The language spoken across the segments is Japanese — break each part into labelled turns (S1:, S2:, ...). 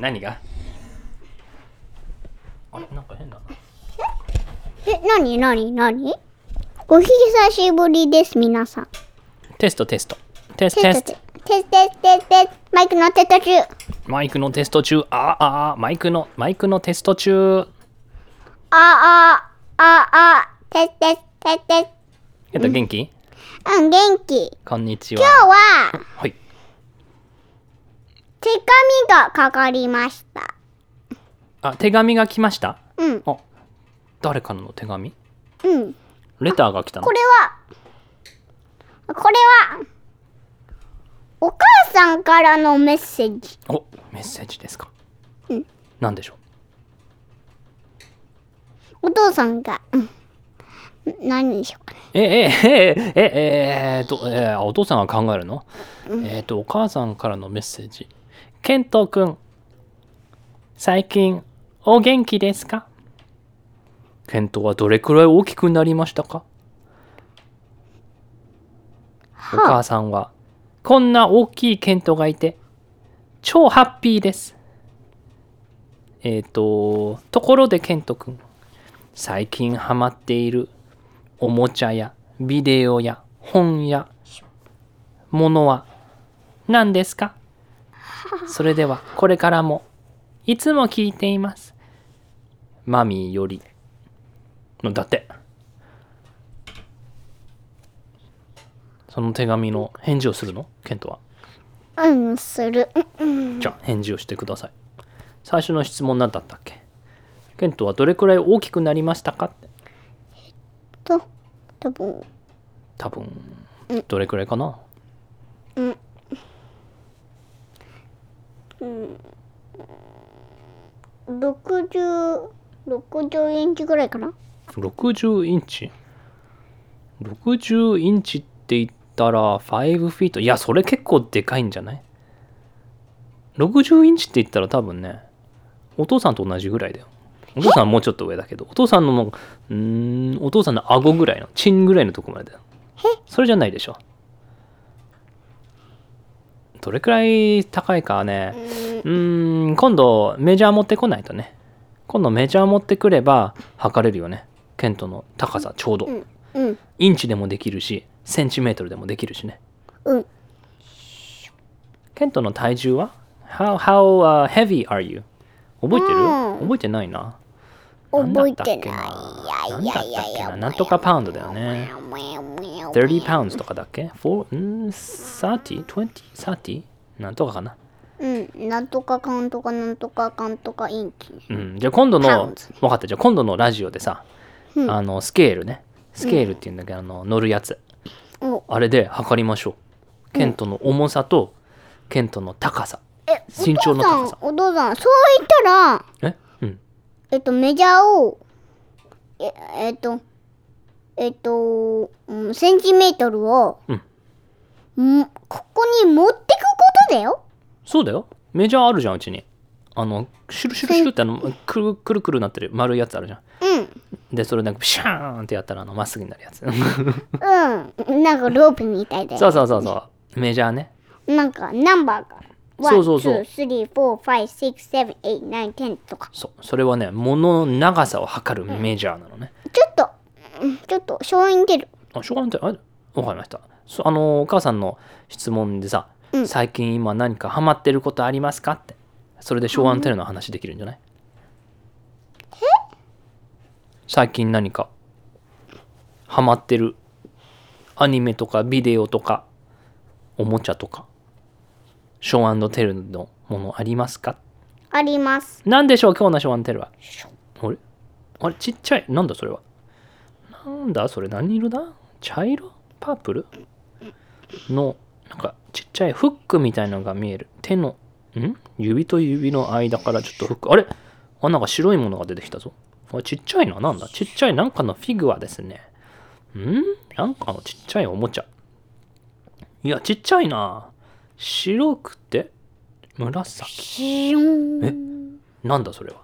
S1: 何があれなんか変だな。
S2: え、なになになにお久しぶりです、皆さん。
S1: テストテスト。テスト
S2: テ
S1: テ
S2: ス
S1: ス
S2: ト
S1: ト。
S2: テストテストテストテストマイクのテスト中。
S1: マイクのテスト中。あーあー、マイクの、マイクのテスト中。
S2: ああ、ああ、テストテストテス
S1: えっと、元気
S2: ト。うん、元気。
S1: こんにち
S2: 今日
S1: は。
S2: は、
S1: はい。
S2: 手紙がかかりました。
S1: あ、手紙が来ました
S2: うん、
S1: あ、誰からの手紙
S2: うん。
S1: レターが来たの
S2: これは、これは、お母さんからのメッセージ。
S1: お、メッセージですか。
S2: うん。
S1: なんでしょ
S2: お父さんが、うん、何にしようか
S1: うえ、え、え、え、え、えー と、えーお父さんが考えるのえっと、お母さんからのメッセージ。ケントくん、最近、お元気ですかケントはどれくらい大きくなりましたかお
S2: な。はあ、
S1: 母さんは、こんな大きいケントがいて、超ハッピーです。えっ、と、ところでケントくん、最近ハマっているおもちゃやビデオや本やものは何ですか それではこれからもいつも聞いています。マミーより。のだって。その手紙の返事をするのケントは。
S2: うん、する。うん
S1: じゃあ返事をしてください。最初の質問何だったっけケントはどれくらい大きくなりましたかって
S2: と、多分、
S1: 多分どれくらいかな
S2: 60、60インチぐらいかな
S1: 60インチ ?60 インチって言ったら5フィートいやそれ結構でかいんじゃない ?60 インチって言ったら多分ねお父さんと同じぐらいだよお父さんはもうちょっと上だけどお父さんのもううーんお父さんの顎ぐらいのチンぐらいのとこまでだよそれじゃないでしょどれくらい高いかねうーん今度メジャー持ってこないとね今度メジャー持ってくれば測れるよねケントの高さちょうど
S2: うん、うん、
S1: インチでもできるしセンチメートルでもできるしね
S2: うん。
S1: ケントの体重は How, how、uh, heavy are you? 覚えてる
S2: うん
S1: 覚えてないな
S2: 覚えて
S1: んだっ
S2: ない。
S1: けないん
S2: や
S1: だ
S2: い
S1: った
S2: や
S1: っ
S2: い
S1: けな
S2: や。
S1: なんとかパウンドだよね30
S2: 30
S1: pounds とかだっけ ?4? ん ?30? 20? 30? なんとかかな
S2: うん、なんとかかんとかなんとかかんとかインチ。
S1: うん、じゃあ今度の、
S2: Pounds ね
S1: 分かった、じゃあ今度のラジオでさ、
S2: うん
S1: あのスケールね、スケールっていうんだけど、あの乗るやつ、
S2: お
S1: あれで測りましょう。ケントの重さと、ケントの高さ。
S2: え、
S1: 身長の高さ
S2: お父さん、お父さん、そう言ったら、
S1: えうん。
S2: えっと、メジャーを、え、えっと、えっと、うんセンチメートルを、
S1: うん
S2: んここに持ってくことだよ。
S1: そうだよ。メジャーあるじゃん、うちに。あの、シュルシュルシュルってあの、くるくるくるなってる丸いやつあるじゃん。
S2: うん。
S1: で、それなんか、ピシャーンってやったら、あの、まっすぐになるやつ。
S2: うん。なんかロープみたいだよ。
S1: そうそうそうそう。メジャーね。
S2: なんかナンバーが。
S1: そうそうそう
S2: 1, 2, 3, 4, 5, 6, 7, 8, 9, 10とか。
S1: そう。それはね、物の長さを測るメジャーなのね。
S2: ちょっと、うんちょっと、勝因出る。
S1: あ、しょうがないんじゃないわかりました。そあのお母さんの質問でさ、
S2: うん
S1: 最近今何かハマってることありますかって。それで昭和のテレの話できるんじゃない、最近何かハマってるアニメとかビデオとかおもちゃとか昭和のテルのものありますか
S2: あります。
S1: なんでしょう今日のショワンテルは。あれあれちっちゃい。なんだそれは。なんだそれ何色だ茶色パープルの、なんかちっちゃいフックみたいのが見える。手の、ん指と指の間からちょっとフック。あれあ、なんか白いものが出てきたぞ。あちっちゃいな。なんだちっちゃいなんかのフィギュアですね。んなんかのちっちゃいおもちゃ。いや、ちっちゃいな。白くて紫。
S2: シュ
S1: え
S2: ン。
S1: なんだそれは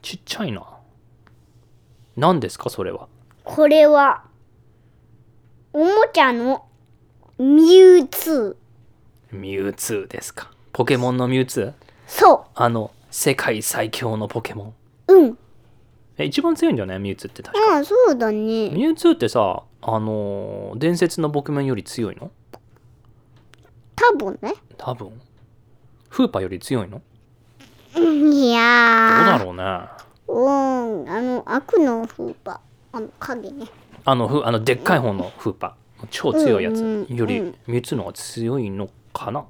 S1: ちっちゃいな何ですかそれは
S2: これは、おもちゃのミュウツ
S1: ミュウツーですかポケモンのミュウツー
S2: そ
S1: あの世界最強のポケモン
S2: う。うん。
S1: え一番強いんじゃないミュウツーって確か
S2: ああ、そうだね。
S1: ミュウツーってさあのー伝説のポケモンより強いの
S2: 多分ね。
S1: 多分フーパーより強いのど
S2: うんいう
S1: だ
S2: やー。
S1: ろうねあ
S2: うん。あの、悪の風パ。あの、影ね。
S1: のふあのでっかい方のフーパー超強いや
S2: う
S1: つ
S2: んうん
S1: より
S2: うん
S1: ミュウツーの方が強いのかな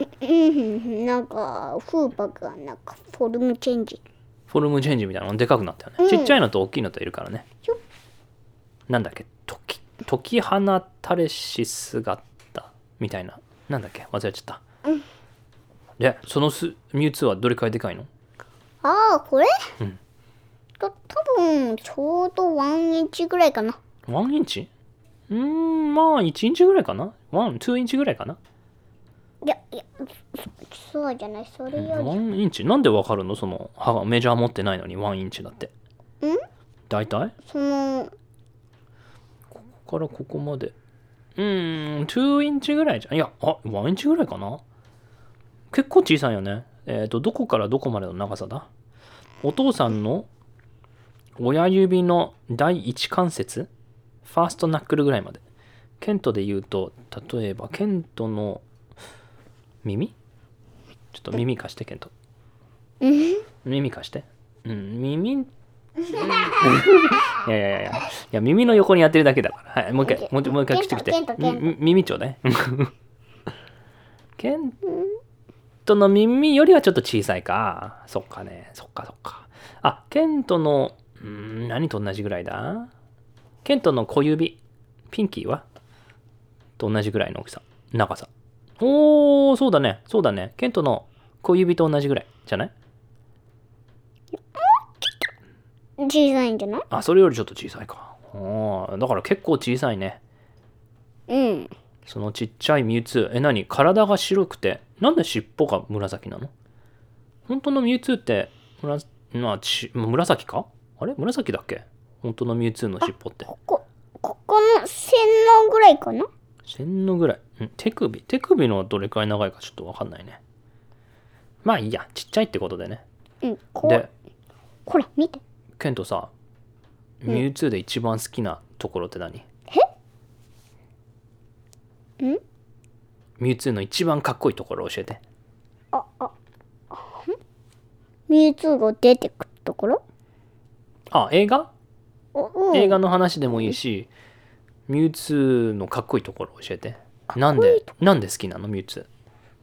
S2: うん。なんか、風パがなんか、フォルムチェンジ。
S1: フォルムチェンジみたいなのでかくなったよね、
S2: うん
S1: ちっちゃいのと大きいのといるからね
S2: よっ
S1: なんだっけとき解き放たれし姿みたいななんだっけ忘れちゃった、
S2: うん
S1: でそのすミュウツーはどれくらいでかいの
S2: ああ、これ
S1: うん
S2: と、多分、ちょうどワンインチぐらいかな。
S1: 1インチうーんまあ1インチぐらいかな12インチぐらいかない
S2: や、いや、そそうじゃない、それより。
S1: 1インチなんでわかるのその歯がメジャー持ってないのに1インチだって
S2: ん
S1: 大体
S2: その、
S1: ここからここまでうーん2インチぐらいじゃんいやあ1インチぐらいかな結構小さいよねえっ、とどこからどこまでの長さだお父さんの親指の第一関節ファーストナックルぐらいまでケントで言うと例えばケントの耳ちょっと耳貸してケント
S2: うん。
S1: 耳貸してうん耳うん いやいやいやいやいや耳の横に当てるだけだからはいもう一回もう一回もう一回口来て
S2: ケントケントケント
S1: みみ耳ちょ うだいケントの耳よりはちょっと小さいかそっかねそっかそっかあケントのうん何と同じぐらいだケントの小指ピンキーはと同じぐらいの大きさ長さおーそうだねそうだねケントの小指と同じぐらいじゃない
S2: 小さいんじゃない
S1: あそれよりちょっと小さいかあーだから結構小さいね
S2: うん。
S1: そのちっちゃいミュウツーえ何体が白くてなんで尻尾が紫なの本当のミュウツーってむら、まあ、ち紫かあれ紫だっけ本当のミュウツーの尻尾って
S2: ここ、ここの洗脳ぐらいかな
S1: 線のぐらいん手首手首のどれくらい長いかちょっとわかんないねまあいいやちっちゃいってことでね
S2: うん。こう
S1: で、
S2: ほら、見て。
S1: ケントさミュウツーで一番好きなところって何
S2: ん
S1: ミュウツーの一番かっこいいところ教えて
S2: あ、あ、んミュウツーが出てくるところ
S1: あ映画
S2: おうん
S1: 映画の話でもいいし、ミュウツーのかっこいいところ教えてなん
S2: かっこい
S1: で
S2: い
S1: なんで好きなのミュウツ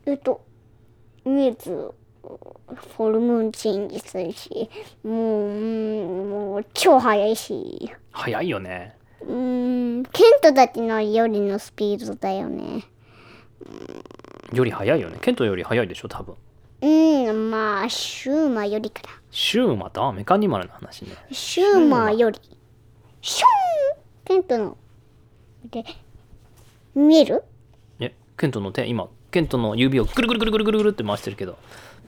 S2: えっと、ミュウツー、フォルムチェンジするし、もう、うんもう、超速いし。
S1: ー早いよね
S2: うーん、ケントたちのよりのスピードだよね。
S1: より早いよねケントより早いでしょ多分
S2: うん、まあ、シューマよりかな。
S1: シューマとメカニマルの話ね
S2: シューマーより、シューンケントの、で、見える
S1: えケントの手今ケントの指をぐるぐるぐるぐるぐるぐるって回してるけど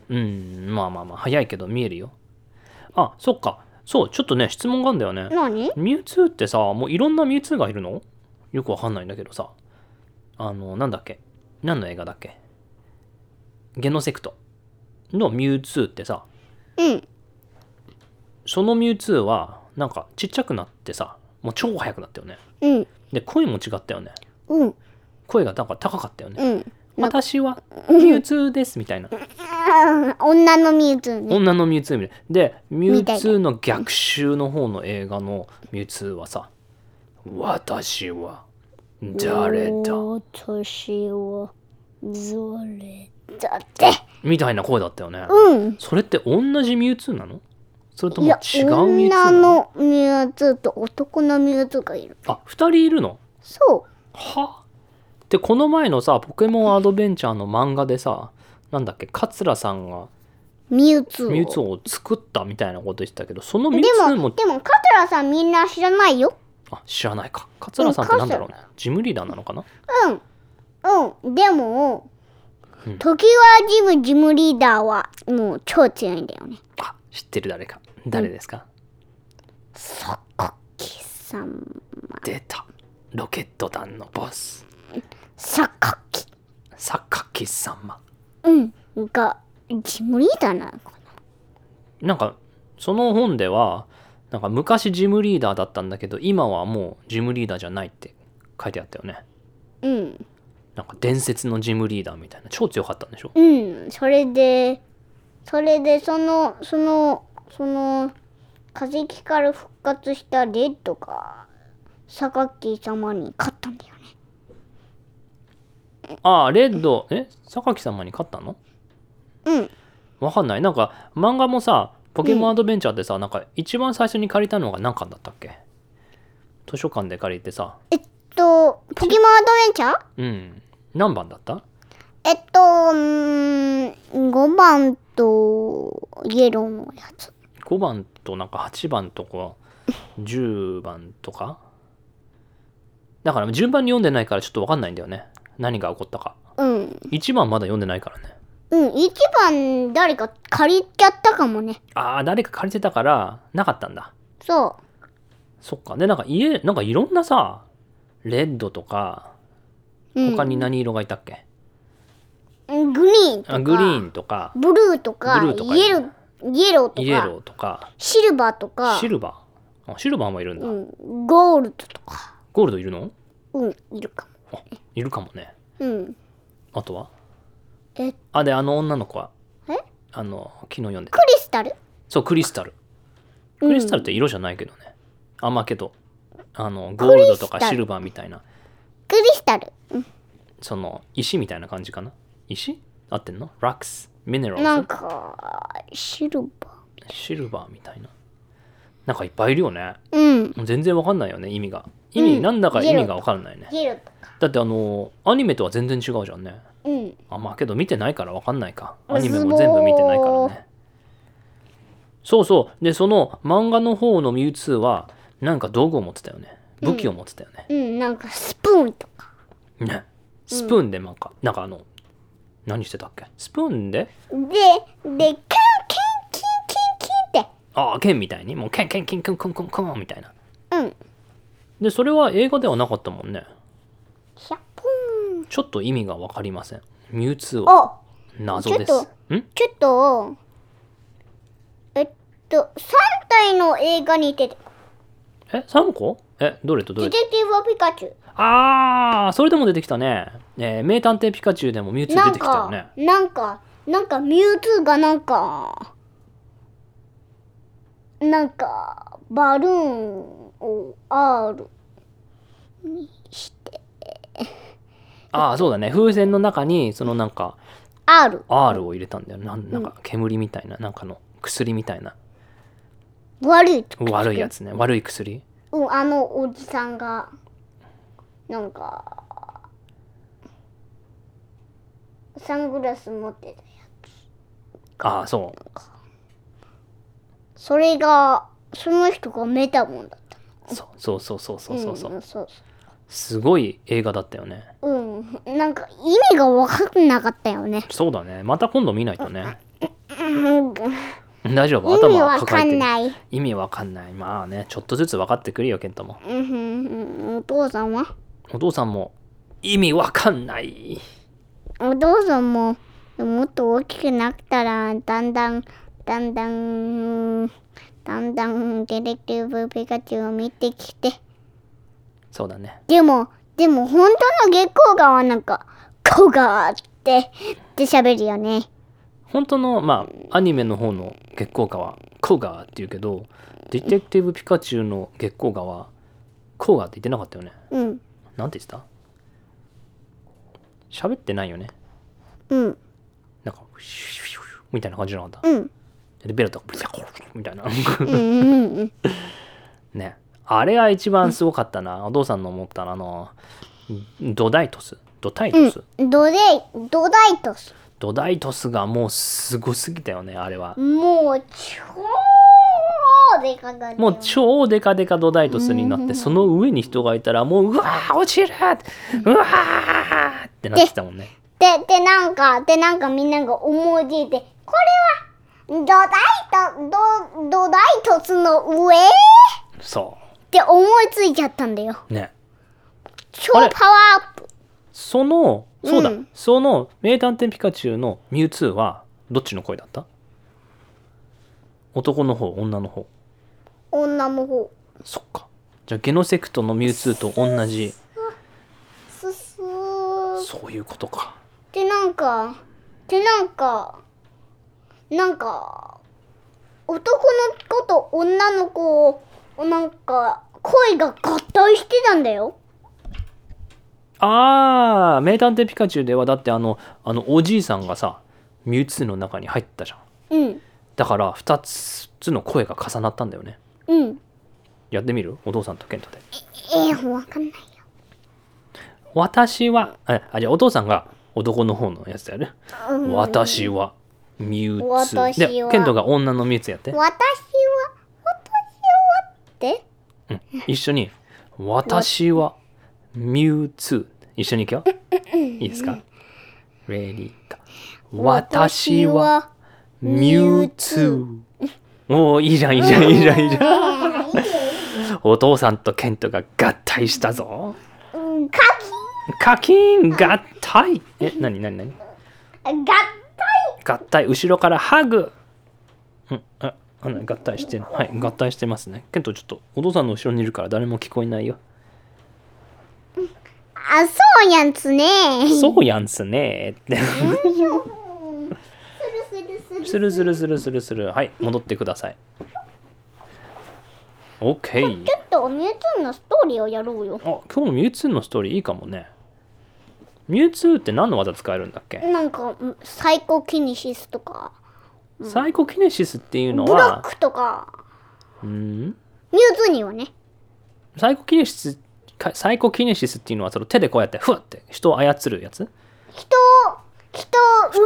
S1: うんまあまあまあ早いけど見えるよあそっかそうちょっとね質問があるんだよね
S2: 何
S1: ミュウツーってさもういろんなミュウツーがいるのよくわかんないんだけどさあのなんだっけ何の映画だっけゲノセクトのミュウツーってさ
S2: うん。
S1: そのミュウツーはなんかちっちゃくなってさもう超速くなったよね
S2: うん。
S1: で声も違ったよね
S2: うん。
S1: 声がなんか高かったよね
S2: うん。
S1: 私はミュウツーですみたいな
S2: あー女のミュウツーね。
S1: 女のミュウツーみたいなでミュ
S2: みたい
S1: ウ
S2: な
S1: ツーの逆襲の方の映画のミュウツーはさ私は誰だ
S2: 私は、誰だって。
S1: みたいな声だったよね、
S2: うん。
S1: それって同じミュウツーなのそれと
S2: い
S1: も違
S2: や
S1: う、ミュウツーな
S2: 女
S1: の
S2: のミュウツーと男のミュウツーがいる。
S1: あ二人いるの
S2: そ
S1: はでこの前のさポケモンアドベンチャーの漫画でさなんだっけ桂さんが
S2: う。ミュウツーを。
S1: ミュウツーを作ったみたいなこと言ってたけどその
S2: で
S1: ミュウツー
S2: も、
S1: も
S2: でも、カトラさんみんな知らないよ。
S1: あ知らないか桂さんってなんだろうね
S2: うん
S1: ジムリーダーなのかな
S2: うん、でも、
S1: うん
S2: 時はジムジムリーダーはもう超強いんだよね。
S1: あ知ってる誰か誰ですか、
S2: そこきさん、
S1: 出たロケット団のボス
S2: そこき、
S1: 榊様
S2: うん、がジムリーダーなのか
S1: なんかその本ではなんか昔ジムリーダーだったんだけど今はもうジムリーダーじゃないって書いてあったよね
S2: なうん
S1: なんか伝説のジムリーダーみたいな超強かったんでしょ
S2: うんそれでそれでそのそのその化石から復活したレッドが榊様に勝ったんだよね
S1: ああレッドえ榊様に勝ったの
S2: うん
S1: わかんないなんか漫画もさポケモンアドベンチャーってさ、なんか一番最初に借りたのが何巻だったっけ図書館で借りてさ
S2: えっとポケモンアドベンチャー
S1: うん何番だった
S2: えっと、うーん、5番とイエローのやつ。
S1: 5番となんか8番と か10番とかだから順番に読んでないからちょっと分かんないんだよね何が起こったか
S2: うん。
S1: 1番まだ読んでないからね
S2: うん、1番誰か借りちゃったかもね。
S1: ああ誰か借りてたからなかったんだ
S2: そ
S1: そっかでなんか家なんかいろんなさレッドとか
S2: う。うん、
S1: 他に何色がいたっけ、
S2: うんグリーンとか。
S1: あグリーンとか
S2: ブルーとか、
S1: ブルーとか
S2: イエロー、イエローとか、
S1: イエローとか
S2: シルバーとか、
S1: シルバーあシルバーもいるんだ、
S2: うん、ゴールドとか、
S1: ゴールドいるの
S2: うん、いるかも。
S1: あいるかもね
S2: うん。
S1: あとは
S2: え、ク
S1: あであの女の子は
S2: え
S1: あの昨日読んでた
S2: リスタル
S1: そうクリスタルクリスタルって色じゃないけどね、あまあけどあのゴー
S2: リスタ
S1: ル
S2: ル
S1: ドとかシルバーみたいな
S2: クリスタル。うん
S1: その石みたいな感じかな石合ってんのラックスミネラル
S2: なんか、シルバ
S1: シルバーみたいななんかいっぱいいるよね
S2: ー。うん。
S1: もう全然わかんないよね意味が意味、
S2: うん
S1: なんだか意味がわかんないね
S2: イエローとか。
S1: だってあのアニメとは全然違うじゃんね
S2: うん。
S1: あまあけど見てないからわかんないか
S2: う
S1: アニメも全部見てないから
S2: すごー
S1: ねそうそうでその漫画の方のミュウツーはなんか道具を持ってたよね武器を持ってたよね、
S2: うん、なんかスプーンとか。
S1: ねスプーンでなんか、なんかあの何してたっけスプーンで
S2: で、で、キンキンキンキンキンっ
S1: ああ剣みたいにもう剣剣剣剣剣剣剣みたいな
S2: て。うん。
S1: でそれは映画ではなかったもんね
S2: シャポーン。
S1: ちょっと意味がわかりませんミュウツーは
S2: あ、
S1: 謎で
S2: ちょっ
S1: すん
S2: ちょっと、えっと、3体の映画に出て、
S1: え3個えどれとど
S2: ディ
S1: れ
S2: テクティブ・ピカチュ
S1: ああそれでも出てきたね、えー名探偵ピカチュウでもミュウツ
S2: ウ。
S1: ー
S2: な
S1: 出
S2: ん
S1: てきたよ
S2: か、
S1: ね
S2: なんか、なんかミュウツーがなんか、なんか、バルーンを R にして、
S1: ああそうだね風船の中にそのなんか
S2: R。
S1: R を入れたんだよなんなんか煙みたいななんかの薬みたいな
S2: 悪いと
S1: 悪いやつね悪い薬
S2: うん、あのおじさんが、なんか、サングラス持ってたや
S1: ああそう
S2: つ。それが、その人がメタモンだった。
S1: そうそうそうそうそうそうそう
S2: うん、そう
S1: すごい映画だったよね
S2: そう。うん、なんか意味が分かんなかったよね。
S1: そうだねまた今度見ないとね
S2: うん
S1: 大丈夫
S2: 意味
S1: 頭は
S2: わか
S1: 抱えて
S2: ん
S1: る
S2: ない。
S1: 意味わかんないまあねちょっとずつ分かってくるよケントも
S2: うんうん、お父さんは
S1: お父さんも意味わかんない
S2: お父さんも、もっと大きくなったら、だんだん、だんだん、だんだん、ディレクティブ・ピカチュウを見てきて、
S1: そうだね
S2: でも、でも本当の月光がはなんか、こうがーって、って喋るよね。
S1: 本当のまあアニメの方の月光河はコガーって言うけどディテクティブピカチュウの月光河はコガーって言ってなかったよね
S2: うん、
S1: なんて言ってた喋ってないよね
S2: うん、
S1: なんかシュシュシュシュみたいな感じじゃなかっ
S2: うん、
S1: たでベルトがブシャコみたいな
S2: うん、うん、うん。
S1: ねあれが一番すごかったなお父さんの思ったのあのドダイトスドタイトス、
S2: ドデイ、ドダイトス。
S1: ドダイトスがもうすごすぎたよねあれは
S2: もう、超でかかった。
S1: もう超デカデカドダイトスになってその上に人がいたらもううわー落ちるうわーってなってたもんね
S2: で、で、なんか、で、なんかみんなが思いついて、これは、ドダイト、ド、ドダイトスの上っ
S1: そ
S2: て思いついちゃったんだよ。
S1: うね
S2: 超パワーアップ。
S1: そのそうだ、
S2: うん
S1: その名探偵ピカチュウのミュウツーはどっちの声だった男の方女の方
S2: 女の方
S1: そっかじゃあゲノセクトのミュウツーと同じ
S2: すすーっ
S1: そういうことか
S2: てなんかてなんかなんか男の子と女の子をなんか声が合体してたんだよ
S1: ああ名探偵ピカチュウではだってあのあのおじいさんがさミュウツーの中に入ったじゃん
S2: うん
S1: だから2つの声が重なったんだよね
S2: うん
S1: やってみるお父さんとケントで
S2: ええわかんないよ
S1: 私はえあじゃあお父さんが男の方のやつだよね、
S2: うん
S1: 私はミュウツー
S2: 私
S1: で
S2: は
S1: ケントが女のミュウツーやって
S2: 私は私はって
S1: うん一緒に「私はミュウツー」一緒に行くよいいですかレディーと「私はミュウツー」おおいいじゃんいいじゃんいいじゃんいいじゃんお父さんとケントが合体したぞ
S2: うんカキ
S1: カキーン合体え何何何
S2: 合体
S1: 合体後ろからハグうんああの合体してるはい合体してますねケントちょっとお父さんの後ろにいるから誰も聞こえない よ
S2: あそうやんつね
S1: そうやんすねって
S2: するす るする
S1: するするするするするはい戻ってください OK
S2: ちょっとミュウツーのストーリーをやろうよ
S1: あ今日もミュウツーのストーリーいいかもねミュウツーって何の技使えるんだっけ
S2: なんかうんサイコキネシスとか
S1: サイコキネシスっていうの
S2: ブロッ
S1: は
S2: クとか
S1: うん
S2: ミュウツーにはね
S1: サイコキネシスかサイコキネシスっていうのはその手でこうやってふわって人を操るやつ
S2: 人を人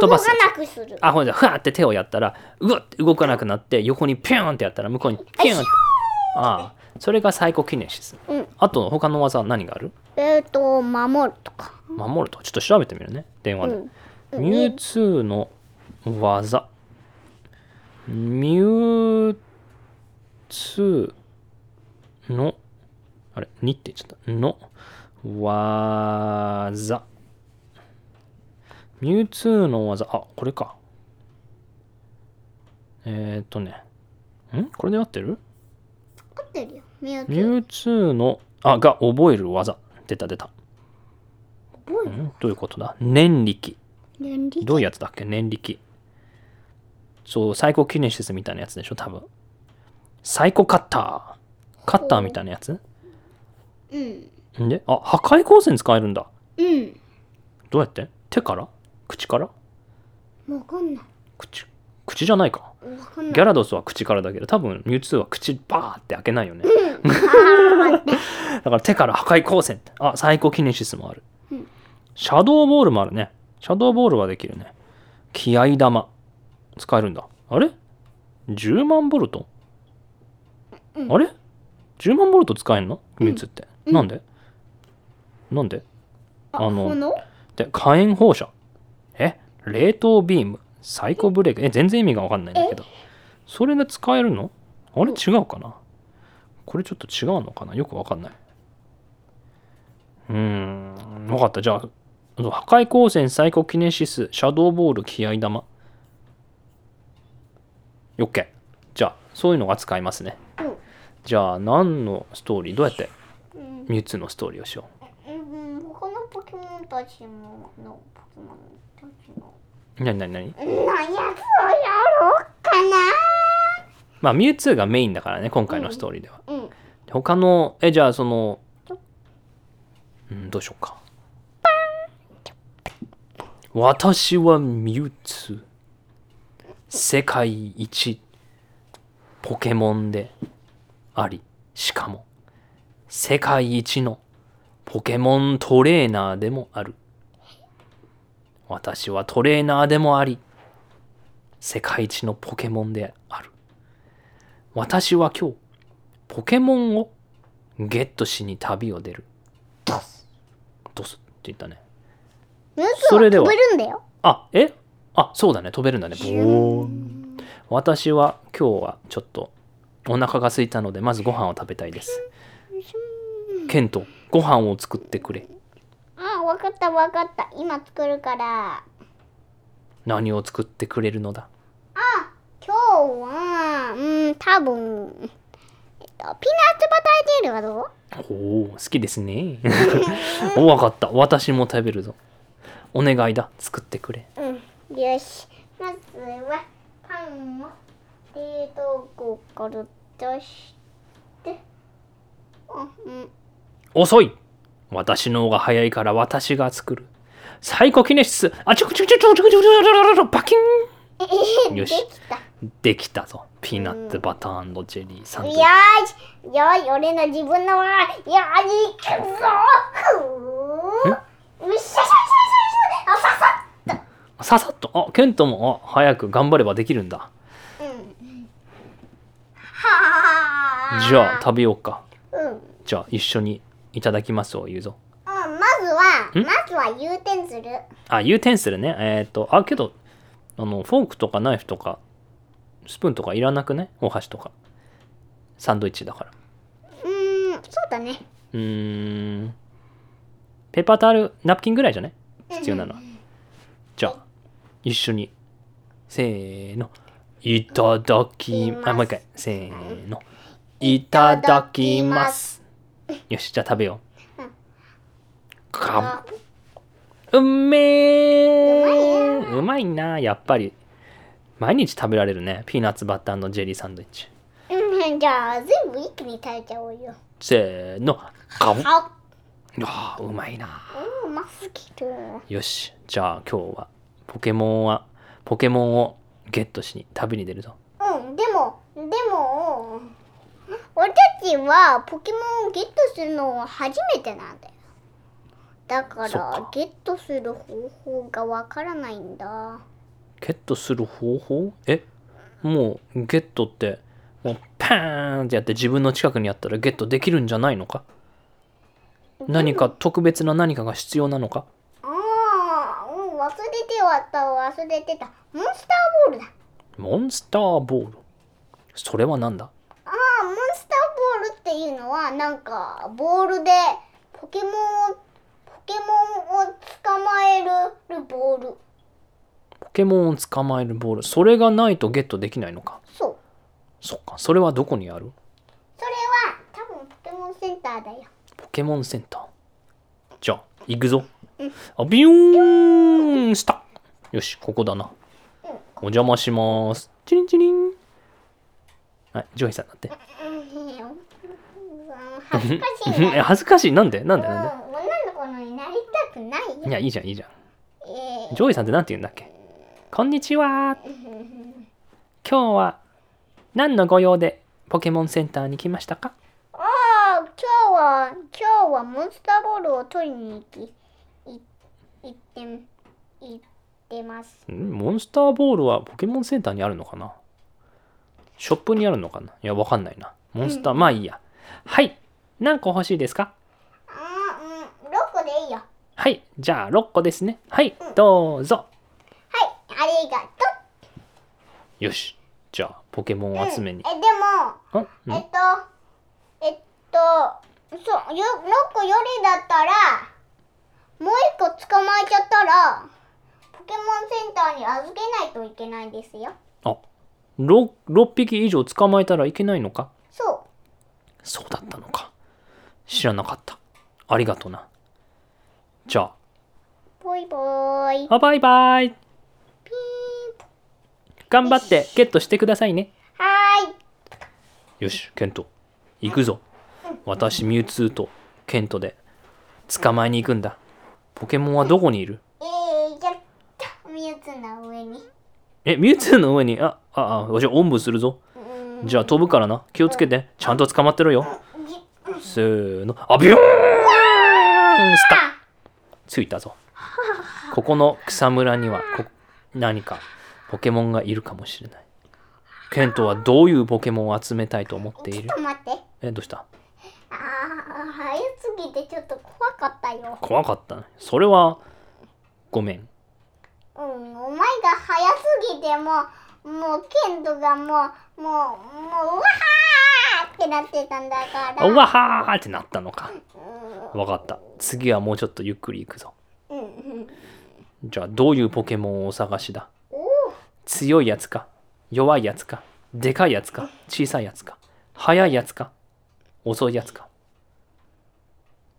S2: を動かなくする
S1: あほんじゃふわって手をやったらうわって動かなくなって横にピューンってやったら向こうにピューンってああそれがサイコキネシス
S2: うん
S1: あと他の技は何がある
S2: えっ、と守るとか
S1: 守るとちょっと調べてみるね電話で、
S2: うん
S1: ミュウツーの技ミュウツーのあれにって言っちゃったの技ミュウツーの技あこれかえー、っとねんこれで合ってる
S2: 合ってるよミュウツ
S1: ミ
S2: ー
S1: ュウツーのあが覚える技出た出た
S2: 覚え
S1: ん
S2: る
S1: どういうことだ念力
S2: 年利
S1: どういうやつだっけ念力。そう、サイコキネシスみたいなやつでしょ、多分。サイコカッター。カッターみたいなやつ
S2: うん
S1: んで、あ、破壊光線使えるんだ。
S2: うん
S1: どうやって手から口から
S2: わかんない
S1: 口、口じゃないか。
S2: わかん
S1: ギ
S2: ない
S1: ャラドスは口からだけど、多分ミュウツーは口バーって開けないよね。だから手から破壊光線って。あ、サイコキネシスもある
S2: うん。
S1: シャドーボールもあるね。シャドーボールはできるね。気合玉。使えるんだ。あれ ?10 万ボルト、
S2: うん
S1: あれ ?10 万ボルト使えんのミュウツーって。
S2: うん
S1: なんでなんで
S2: あ
S1: あの
S2: この
S1: で、火炎放射。え冷凍ビーム。サイコブレーク。え、全然意味がわかんないんだけど。それで使えるのあれ違うかなこれちょっと違うのかなよくわかんない。うーん。わかった。じゃあ、あの破壊光線、サイコキネシス、シャドーボール、気合玉。オッケー。じゃあ、そういうのが使えますね。じゃあ、何のストーリーどうやって
S2: うん
S1: ミュウツーのストーリーをしよ
S2: うん、うん他のポケモンたちものポケモンたちの
S1: うなになになに
S2: なやつをやろうか
S1: まあ、ミュウツーがメインだからね、今回のストーリーでは。
S2: なうん
S1: 他のえじゃあそのうんどうしようか私はミュウツー世界一ポケモンでありしかも世界一のポケモントレーナーでもある私はトレーナーでもあり世界一のポケモンである私は今日ポケモンをゲットしに旅を出る。ドスって言ったね。
S2: ムツ
S1: そ
S2: は
S1: れで
S2: 飛
S1: は
S2: べるんだよ
S1: あ、えあ、そうだね。飛べるんだね。ボーン私は今日はちょっとお腹が空いたので、まずご飯を食べたいです。ケント、ご飯を作ってくれ。
S2: あわかったわかった今作るから
S1: 何を作ってくれるのだ
S2: 今日は、うん、多分、えっと、ピーナッツバタージェルはどう
S1: おお好きですね おわかった私も食べるぞお願いだ作ってくれ
S2: うん、よし。まずはパンを冷凍庫から出して、あうん、
S1: 遅い私の方が早いから私が作るサイコキネシスあちょくちょくちょくちょくちょくちょくちょくちょくパキン
S2: えへへ
S1: よし
S2: できた。
S1: できたぞピーナッツバタージェリーサンド
S2: よ
S1: イッ
S2: ー
S1: チ
S2: し、よーし、俺の自分のは、よーし、いくぞーうっしゃしゃしゃしゃしゃ、あささ
S1: ささっとあケントもあ早く頑張ればできるんだ
S2: うん。はー
S1: じゃあ食べようか
S2: うん。うん、
S1: じゃあ一緒にいただきますを言うぞ
S2: まずは、まずは優点する。
S1: あ、U 点するね。えーっ、と、あ、けど、あの、フォークとかナイフとか、スプーンとかいらなくねお箸とか。サンドイッチだから。
S2: うーん、そうだね。
S1: うーん。ペーパータオル、ナプキンぐらいじゃね必要なのは。じゃあ、一緒に。せーの。いただき
S2: いただきます
S1: あ、もう一回。せーの。いただきます。よし、じゃあ食べよう
S2: うん。
S1: かうめえ
S2: うまいな
S1: うまいなやっぱり毎日食べられるねピーナッツバターのジェリーサンドイッチ
S2: うん、じゃあ全部一気に食べちゃおうよ。
S1: せーのかぶ
S2: あ、
S1: あーうまいな
S2: うん、うますぎる。
S1: よしじゃあ今日はポケモンはポケモンをゲットしに旅に出るぞ
S2: うん、でも、でも、俺たちはポケモンをゲットするのは初めてなんだよ。だか
S1: そっ
S2: ら
S1: か
S2: ゲットする方法がわからないんだ。
S1: ゲットする方法えもうゲットってもうパーンってやって自分の近くにあったらゲットできるんじゃないのか何か特別な何かが必要なのか
S2: ああ、うん、忘れてはった、忘れてた。モンスターボールだ。
S1: モンスターボールそれは何だ
S2: ああ、モンスターボールっていうのはなんかボールでポケモンをポケモンを捕まえるボール。
S1: ポケモンを捕まえるボールそれがないとゲットできないのか
S2: そう。
S1: そっかそれはどこにある
S2: それは多分ポケモンセンターだよ。
S1: ポケモンセンターじゃあ行くぞあビヨーンしたよしここだな
S2: うん
S1: お邪魔しますチリンチリンはいジョイさんだって
S2: うんうん恥ずかしい
S1: え
S2: ね。
S1: 恥ずかし いなんでなん
S2: うん、
S1: でなんで
S2: 女の子になりたくない
S1: い
S2: よ。
S1: やいいじゃんいいじゃん
S2: ええ
S1: ジョイさんってなんて言うんだっけこんにちは今日は何のご用でポケモンセンターに来ましたか
S2: ああ、今日は今日はモンスターボールを取りに行きい行ってん行ってます。
S1: んモンスターボールはポケモンセンターにあるのかなショップにあるのかないや、わかんないな。モンスター、まあいいや。はい。何個欲しいですか
S2: あーうん、六個でいいよ。
S1: はい。じゃあ、6個ですね。はい。どうぞ。
S2: はい、ありがと
S1: よし。じゃあ、ポケモン
S2: う。
S1: を集めに
S2: え、。で
S1: あ
S2: も、えっ
S1: ん
S2: と、えっと、そう、よ、六個よりだったら、もう一個捕まえちゃったら、ポケモンセンターに預けないといけないんですよ。
S1: あ、6, 6匹以上捕まえたらいけないのか
S2: そ
S1: そうだったのか。知らなかった。ありがとな。じゃ
S2: う、ぽいぽーい。
S1: あ、あバイバイ。
S2: ピーンと。
S1: 頑張ってゲットしてくださいね。
S2: はーい。
S1: よし、ケント、行くぞ。私、ミュウツーとケントで捕まえに行くんだ。ポケモンはどこにいる
S2: えー、やった。ミュウツーの上に。
S1: え、ミュウツーの上に、あ、あ、あ、私、おんぶするぞ。
S2: うん。
S1: じゃあ飛ぶからな。気をつけて。ちゃんと捕まってろよ。
S2: ぎ
S1: せーの。あ、ビューンスタついたぞ。ここの草むらにはこ何かポケモンがいるかもしれない。ケントはどういうポケモンを集めたいと思ってい
S2: ちょっ
S1: る
S2: と待って。
S1: え、どうした
S2: ああ、早すぎてちょっと怖かったよ。
S1: 怖かったね。それは、ごめん。
S2: うん、お前が早すぎてもう、もう、ケントがもう、もう、もう、うわはーってなってたんだから。
S1: うわはーってなったのか。
S2: う
S1: わかった。次はもうちょっとゆっくり行くぞ。
S2: ん、うん、うん
S1: じゃあどういうポケモンをお探しだ
S2: お
S1: 強いやつか弱いやつかでかいやつか小さいやつか速いやつか遅いやつか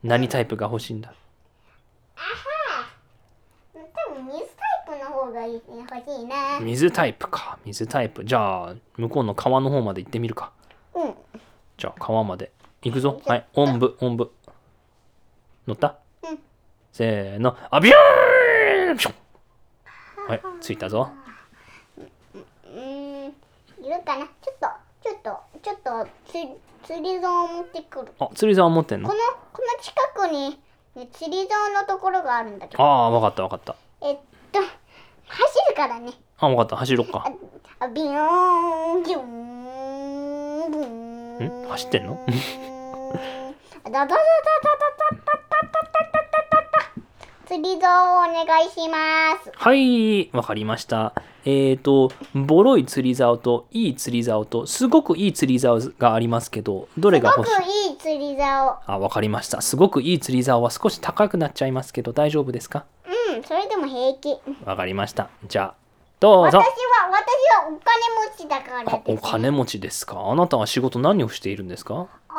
S1: 何タイプが欲しいんだ
S2: 多分水タイプの方がいい欲しいな
S1: 水タイプか水タイプじゃあ向こうの川の方まで行ってみるか
S2: うん
S1: じゃあ川まで行くぞはいおんぶおんぶ乗った、
S2: うん
S1: せーのあビューンピョンはい着いたぞ
S2: うーんいるかなちょっとちょっとちょっとつ釣り竿を持ってくる
S1: あ釣り竿持ってん
S2: こ
S1: の
S2: のこの近くに、ね、釣り竿のところがあるんだけど
S1: ああわかったわかった
S2: えっと走るからね
S1: あわかった走ろっか
S2: あビヨーンギューンブーン
S1: ん走って んの
S2: あだだだだだだだだだだだだ釣り竿をお願いします
S1: はい、わかりました。えっ、と、ボロい釣り竿といい釣り竿と、すごくいい釣り竿がありますけど、どれ
S2: す
S1: が
S2: ご
S1: 欲
S2: く
S1: しい
S2: いい釣り竿
S1: あ、わかりました。すごくいい釣り竿は少し高くなっちゃいますけど、大丈夫ですか
S2: うんそれでも平気
S1: わかりました。じゃあ、どう
S2: 私
S1: ぞ
S2: は。私はお金持ちだからです
S1: あお金持ちですかあなたは仕事何をしているんですか
S2: あ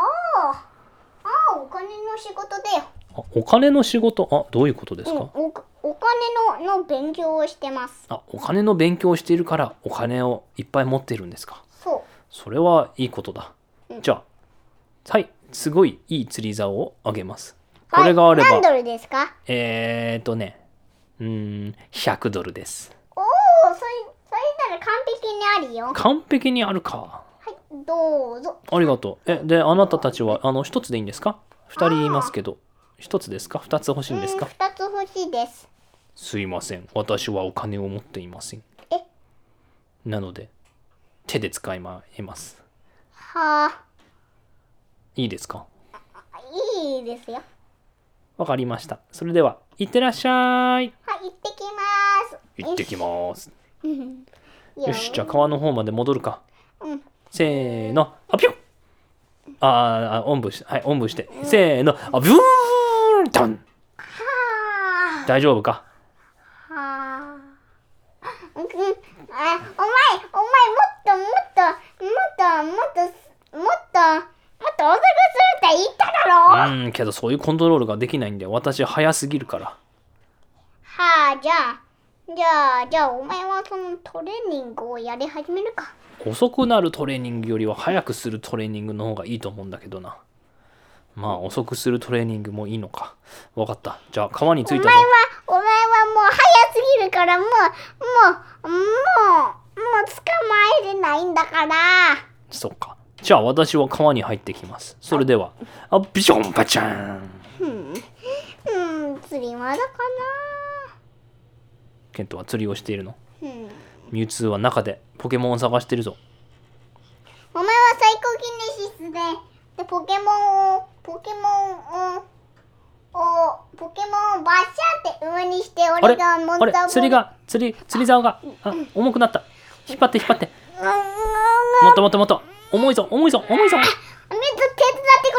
S2: あお金の仕事だよ
S1: あお金の仕事、あ、どういうことですか、
S2: うん、おお金のの勉強をしてます
S1: あ、お金の勉強をしているから、お金をいっぱい持っているんですか
S2: そ
S1: それはいいことだ
S2: う。ん
S1: じゃあ、はい、すごいいい釣り竿をあげます。
S2: う
S1: これがあれば、
S2: はい、何ドルですか
S1: えーっとね、うーん、100ドルです。
S2: おおそれそれなら完璧にあるよ
S1: 完璧にあるか。
S2: はいどうぞ
S1: ありがとう。え、で、あなたたちは、あの、一つでいいんですか二人いますけど、一つですか二つ欲しいんですか
S2: うん二つ欲しいです
S1: すいません。私はお金を持っていません。
S2: え
S1: なので、手で使いまえます。
S2: はあ
S1: いいですか
S2: いいですよ
S1: わかりました。それでは、いってらっしゃい。
S2: はい行ってきます
S1: 行ってきます。
S2: よ
S1: よし、じゃあ川の方まで戻るか。
S2: うん
S1: せーの、あぴょんあーあ、おんぶして、はい、おんぶして。せーの、あびゅーんたん
S2: はあ
S1: 大丈夫か
S2: はあうんうんあお前お前もっともっともっともっともっともっと遅くするって言っただろ
S1: うーん、けどそういうコントロールができないんで、私早すぎるから。
S2: はあじゃあじゃあじゃあお前はそのトレーニングをやり始めるか
S1: 遅くなるトレーニングよりは早くするトレーニングの方がいいと思うんだけどな。まあ、遅くするトレーニングもいいのか。わかった。じゃあ、川についたぞ。
S2: お前はもう早すぎるからもうもうもうもう捕まえれないんだから
S1: そっか。じゃあ、私は川に入ってきます。それでは、あびしょんばちゃーん。
S2: うん釣りまだか
S1: ケントは釣りをしているの。
S2: なうん
S1: ミュウツーは中でポケモンを探してるぞ。
S2: お前は最高ギネシスででポケモンをポケモンををポケモンをバシャって上にして
S1: あれ
S2: 俺がモン
S1: あ
S2: ス
S1: れ
S2: ターボール
S1: 釣りが釣り釣り竿があ重くなった引っ張って引っ張って
S2: うんうんうん
S1: もっともっともっと重いぞ重いぞ重いぞ
S2: 水手伝ってく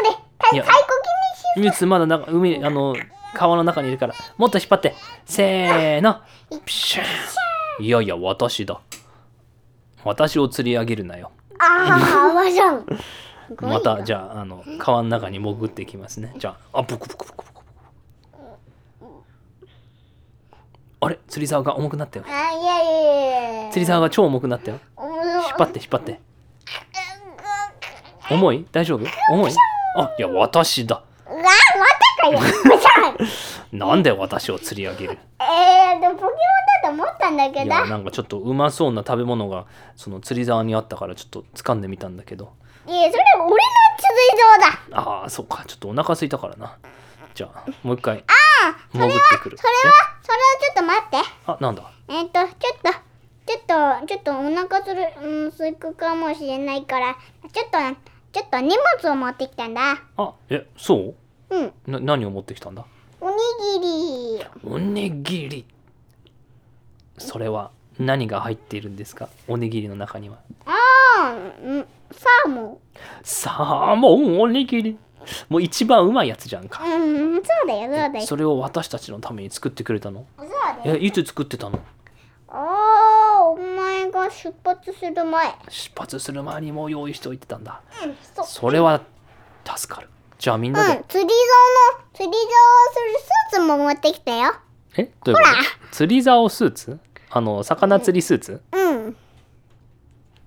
S2: れ
S1: いや
S2: た最高ギネシス
S1: ミュウツーまだ中海あの川の中にいるからもっと引っ張ってせーのピシャーいやいや私だ私を釣り上げるなよ
S2: ああ、わじゃん。
S1: またじゃああの川の中に潜っていきますねじゃああブクブクブクブクブクあれ釣り竿が重くなったよ
S2: あ、いやいやいやいや。
S1: 釣り竿が超重くなったよ
S2: 引
S1: 引っ張って引っ張って重い大丈夫重いあいや私だ
S2: うわ、またかよ。 わじ
S1: なんで私を釣り上げる
S2: ゃん。えー、でもポケモンだと思ったんだけ
S1: い
S2: ど。
S1: やなんかちょっとうまそうな食べ物がその釣り竿にあったからちょっと掴んでみたんだけど
S2: いや、それ俺の釣り竿だ。
S1: ああそうかちょっとお腹空いたからなじゃあもう一回潜ってくる
S2: それは、それはちょっと待って。
S1: えあなんだ
S2: えっ、と、ちょっと。ちょっと、ちょっとお腹する、うん、すくかもしれないから、ちょっと、ちょっと荷物を持ってきたんだ。
S1: あえそ
S2: うん、
S1: うな何を持ってきたんだ
S2: おにぎり。
S1: おにぎりそれは何が入っているんですかおにぎりの中には
S2: ああ、うん、サーモン。
S1: サーモンおにぎり
S2: うん
S1: もう一番うまいやつじゃんか
S2: うん、そうだよ、そうだよ。
S1: それを私たちのために作ってくれたの
S2: そうだよ。
S1: えいつ作ってたの
S2: ああ、お前が出発する前。
S1: 出発する前にもう用意しておいてたんだ
S2: うん、そう。
S1: それは助かるじゃあみんなで、
S2: うん、釣り竿の、釣り竿をするスーツも持ってきたよ。
S1: えどういうこと釣り竿スーツあの魚釣りスーツ、
S2: うん。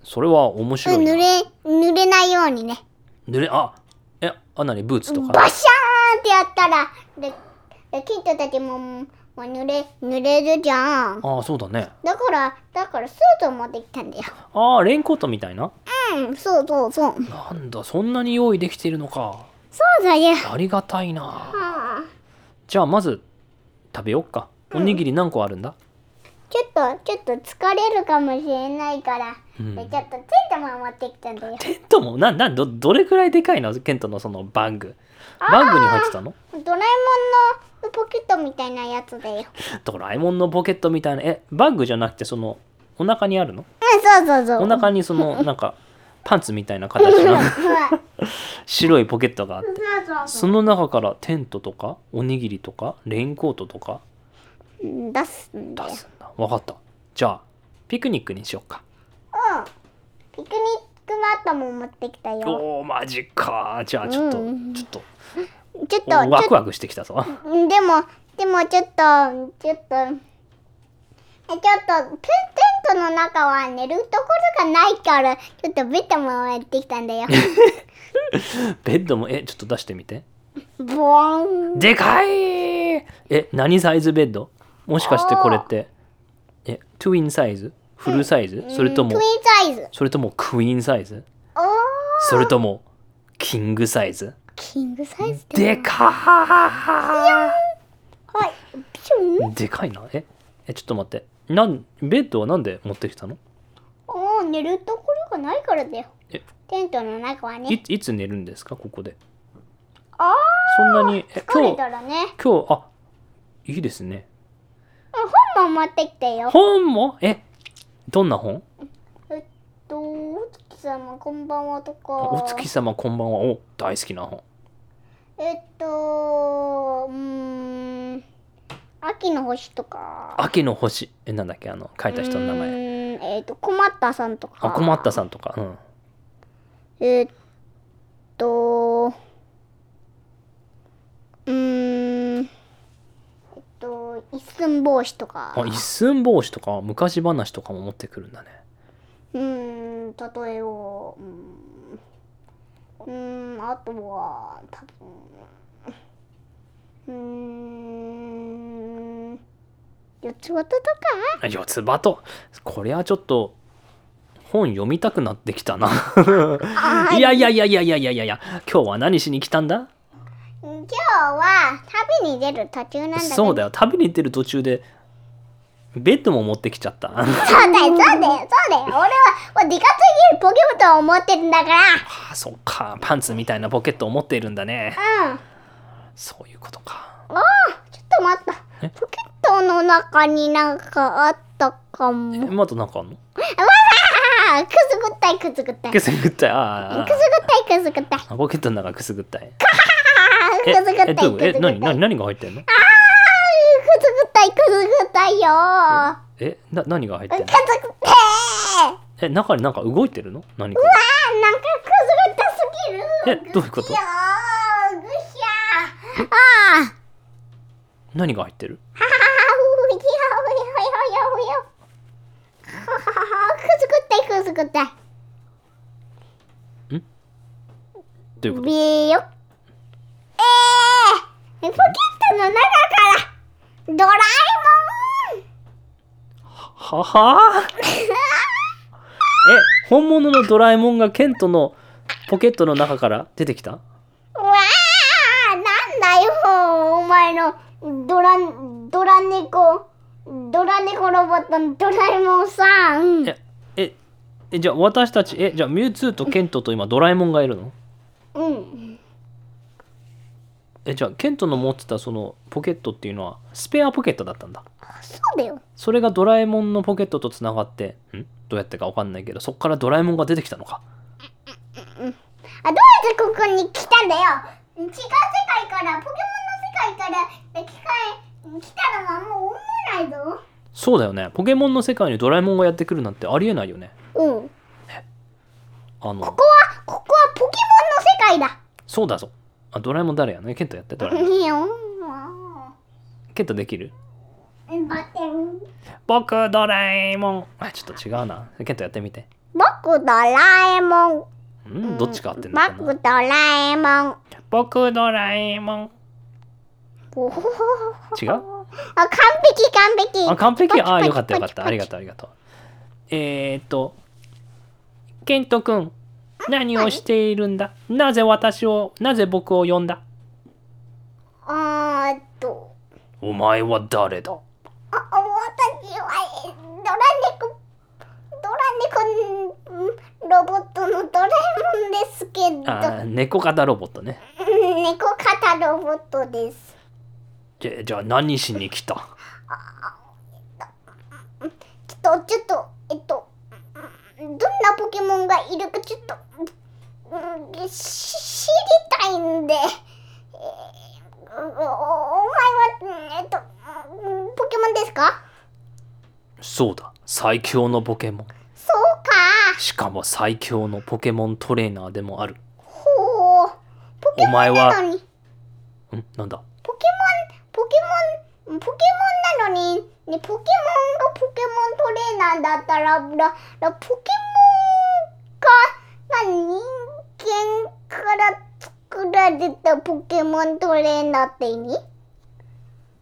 S1: それは面白いな
S2: 濡れ、濡れないようにね。
S1: 濡れあえあなにブーツとか
S2: バシャーンってやったら、で、でキッドたちも、もう濡れ、濡れるじゃん。
S1: ああそうだね
S2: だから、だからスーツを持ってきたんだよ。
S1: ああレインコートみたいな
S2: うん、そうそうそう。
S1: なんだそんなに用意できているのか
S2: そうだよ。
S1: ありがたいな
S2: ああ
S1: じゃあまず食べよっかおにぎり何個あるんだ、
S2: ちょっと、ちょっと疲れるかもしれないから、
S1: うん
S2: でちょっとテントも持ってきたんだよ。
S1: テントもななどどれくらいでかいのケントのそのバッグバッグに入ってたの
S2: ドラえもんのポケットみたいなやつだよ。うん、
S1: ドラえもんのポケットみたいなえバッグじゃなくてそのお腹にあるの
S2: そうそうそう。
S1: お腹にそのなんかパンツみたいな形の
S2: そう
S1: 白いポケットがあって
S2: そうそ
S1: その中からテントとかおにぎりとかレインコートとか
S2: ううん。出すんだよ
S1: 出。すんだ分かったじゃあピクニックにしよっか
S2: うん。ピクニックバットも持ってきたよ。
S1: おおマジかじゃあちょっと、
S2: うん
S1: ちょっと
S2: ちょっと、ちょっ
S1: ワク
S2: と
S1: ワクしてきたぞ
S2: うん、でも、でもちょっと、ちょっと、えちょっと、テテントの中は寝るところがないから、ちょっとベッドも持ってきたんだよ。
S1: ベッドもえちょっと出してみて
S2: ボーン。
S1: でかいえ何サイズベッドもしかしてこれってえトゥインサイズフルサイズ、それとも、
S2: うんツインサイズ
S1: それともクイーンサイズ
S2: おー
S1: それともキングサイズ
S2: キングサイズだ
S1: でか
S2: はいピシュン
S1: ーでかいなええちょっと待ってなんベッドはなんで持ってきたの
S2: おー寝るところがないからだよ
S1: え
S2: テントの中はいね
S1: いつ寝るんですかここで
S2: あ
S1: そんなにえ
S2: ー疲
S1: 今
S2: れ
S1: 日
S2: たらね
S1: 今日あいいですね
S2: 本も持ってきたよ
S1: 本もえどんな本
S2: えっとお月様こんばんはとか
S1: お月様こんばんはお大好きな本
S2: えっとうーん秋の星とか
S1: 秋の星えなんだっけあの書いた人の名
S2: う
S1: 前
S2: ーんえっと困ったさんとか
S1: あ困ったさんとかうん
S2: えーっと、うーん、えっと、一寸法師とか、
S1: あ一寸法師とか昔話とかも持ってくるんだね
S2: うーん、例えを、うーんうーん、あとは、多分うーん、四つ葉とか
S1: あ四つ葉とこれはちょっと本読みたくなってきたな
S2: あー
S1: いやいやいやいやいやいやいや今日は何しに来たんだ
S2: 今日は旅に出る途中なんだけど、
S1: そうだよ旅に行ってる途中でベッドも持ってきちゃった あ
S2: そうだよ、そうだよ、そうだよ、俺は、もうでかすぎるポケモンと思ってるんだから、
S1: ーそっかパンツみたいなポケットを持っているんだね
S2: うん。
S1: そういうことか
S2: ああ、ちょっと待った。
S1: え
S2: ポケットの中になんかあったか
S1: え
S2: も。
S1: まだなんかあんの
S2: ああ、くすぐったい、くすぐったい。く
S1: く
S2: す
S1: すぐったいあー
S2: ぐ
S1: あ
S2: っ
S1: ー
S2: たい、くすぐったい。あ
S1: あポケットの中くす ぐったい
S2: あ、く
S1: え
S2: すぐったい、く
S1: えど
S2: す
S1: う
S2: ぐ
S1: え何
S2: ったい。
S1: 何何が入ってんの
S2: くすぐったい、くすぐったいよー。
S1: えな何が入っ
S2: く
S1: てん
S2: すぐ
S1: の
S2: ってーあ
S1: え中になんか動いてるの何か
S2: あ、なんかくすぐったすぎる。
S1: えどういうこと
S2: ぐしゃー、ぐしゃー。ああ、
S1: 何が入ってる
S2: はははは、うひゃうひゃうひゃうひゃう。はははは、くすぐったい、くすぐったい。
S1: どういうこ
S2: ビーよ。えー、ポケットの中からドラえもん
S1: とはは ーえ本物のドラえもんがケントのポケットの中から出てきた
S2: うわあなんだよお前のドラドラ猫ドラ猫ロボットのドラえもんさん
S1: えええじゃあ私たちえじゃあミュウツーとケントと今ドラえもんがいるの
S2: うん
S1: えじゃあケントの持ってたそのポケットっていうのはスペアポケットだったんだ
S2: そうだよ
S1: それがドラえもんのポケットとつながってんどうやってかわかんないけどそこからドラえもんが出てきたのか
S2: あどうやってここに来たんだよ違う世界からポケモンの世界からえ機械来たのはもう思わないぞ
S1: そうだよねポケモンの世界にドラえもんがやってくるなんてありえないよね
S2: うん
S1: あの
S2: ここはここはポケモンの世界だ
S1: そうだぞあドラえもん誰やねケントやってドラ えもん
S2: いやも
S1: ケントできる
S2: うバテン
S1: 僕ドラえもんあちょっと違うなケントやってみて
S2: 僕ドラえも
S1: うん
S2: ん
S1: どっちか合ってんのか
S2: 僕
S1: な
S2: ドラえもん
S1: 僕ドラえもん
S2: おほほほほ
S1: 違う
S2: あ完璧完璧
S1: あ完璧あ
S2: パ
S1: あ
S2: チ
S1: よ
S2: パ
S1: かっ
S2: チ
S1: たよかったありがとうありがとうえー、っとケントくん何をしているんだなぜ私をなぜ僕を呼んだ
S2: あーっと
S1: お前は誰だ
S2: あ私はえドラ猫ドラ猫んロボットのドラえもんですけ
S1: あ
S2: ど
S1: ー猫型ロボットね
S2: うん猫型ロボットです
S1: じゃじゃあ何しに来た
S2: ちょっとちょっとえっとうんどんなポケモンがいるかちょっとうんし知りたいんで、えーおおお前はうんえっとうんポケモンですか
S1: そうだ最強のポケモン
S2: そうか
S1: しかも最強のポケモントレーナーでもある
S2: ほうポケ
S1: お
S2: モ
S1: 前
S2: ン
S1: は
S2: なのに
S1: んなんだ
S2: ポケモン、ポケモン、ポケモンなのに、ね、ポケモンがポケモントレーナーだったら、ららポケモンが、が人間から作られたポケモントレーナーって意味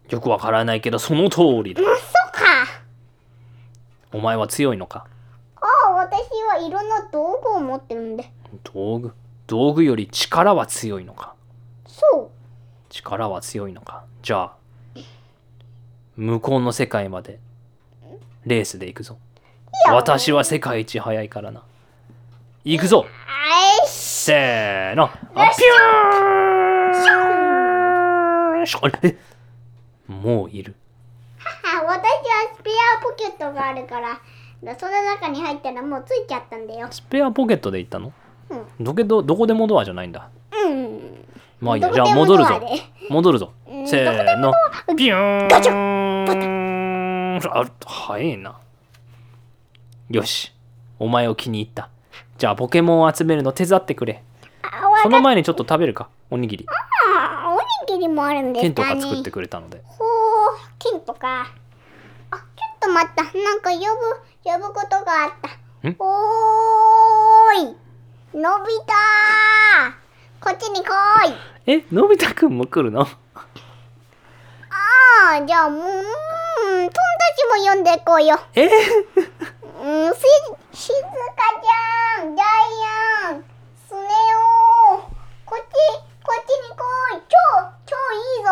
S1: よくわからないけどその通りだ
S2: あ、そうか。
S1: お前は強いのか
S2: ああ、私はいろんな道具を持ってるんで。
S1: 道具道具より力は強いのか
S2: そう。
S1: 力は強いのかじゃあ向こうの世界までレースで行くぞ
S2: いや
S1: 私は世界一速いからな行くぞ
S2: あいし。
S1: せーのあピューンしょあれえもういる
S2: あ私はスペアポケットがあるから、だその中に入ったらもうついちゃったんだよ。
S1: スペアポケットで行ったの
S2: うん
S1: どけどどこでもドアじゃないんだ
S2: うん。
S1: まあいいや
S2: ど
S1: じ
S2: こ
S1: ゃ
S2: で
S1: あ
S2: も
S1: 戻る
S2: ドア
S1: ぞ
S2: で
S1: 戻るぞ
S2: うん
S1: せーのビューン
S2: ガチ
S1: あ早いなよしお前を気に入ったじゃあポケモンを集めるの手伝ってくれ
S2: あ、わ
S1: その前にちょっと食べるかおにぎり
S2: あおにぎりもあるんで
S1: ケン
S2: す
S1: ト
S2: か
S1: が
S2: ね。
S1: 作ってくれたので
S2: ほう、ケントか。あ、ちょっと待った。なんか呼ぶ、呼ぶことがあった
S1: ん。
S2: おーい、のび太こっちに来い。
S1: えのび太くんも来るの
S2: ああ、じゃあもう、うん友達も呼んでこうよ。
S1: え
S2: うん、し、しずかちゃん、ジャイアン、スネ夫、こっち、こっちに来い。超、超いいぞ。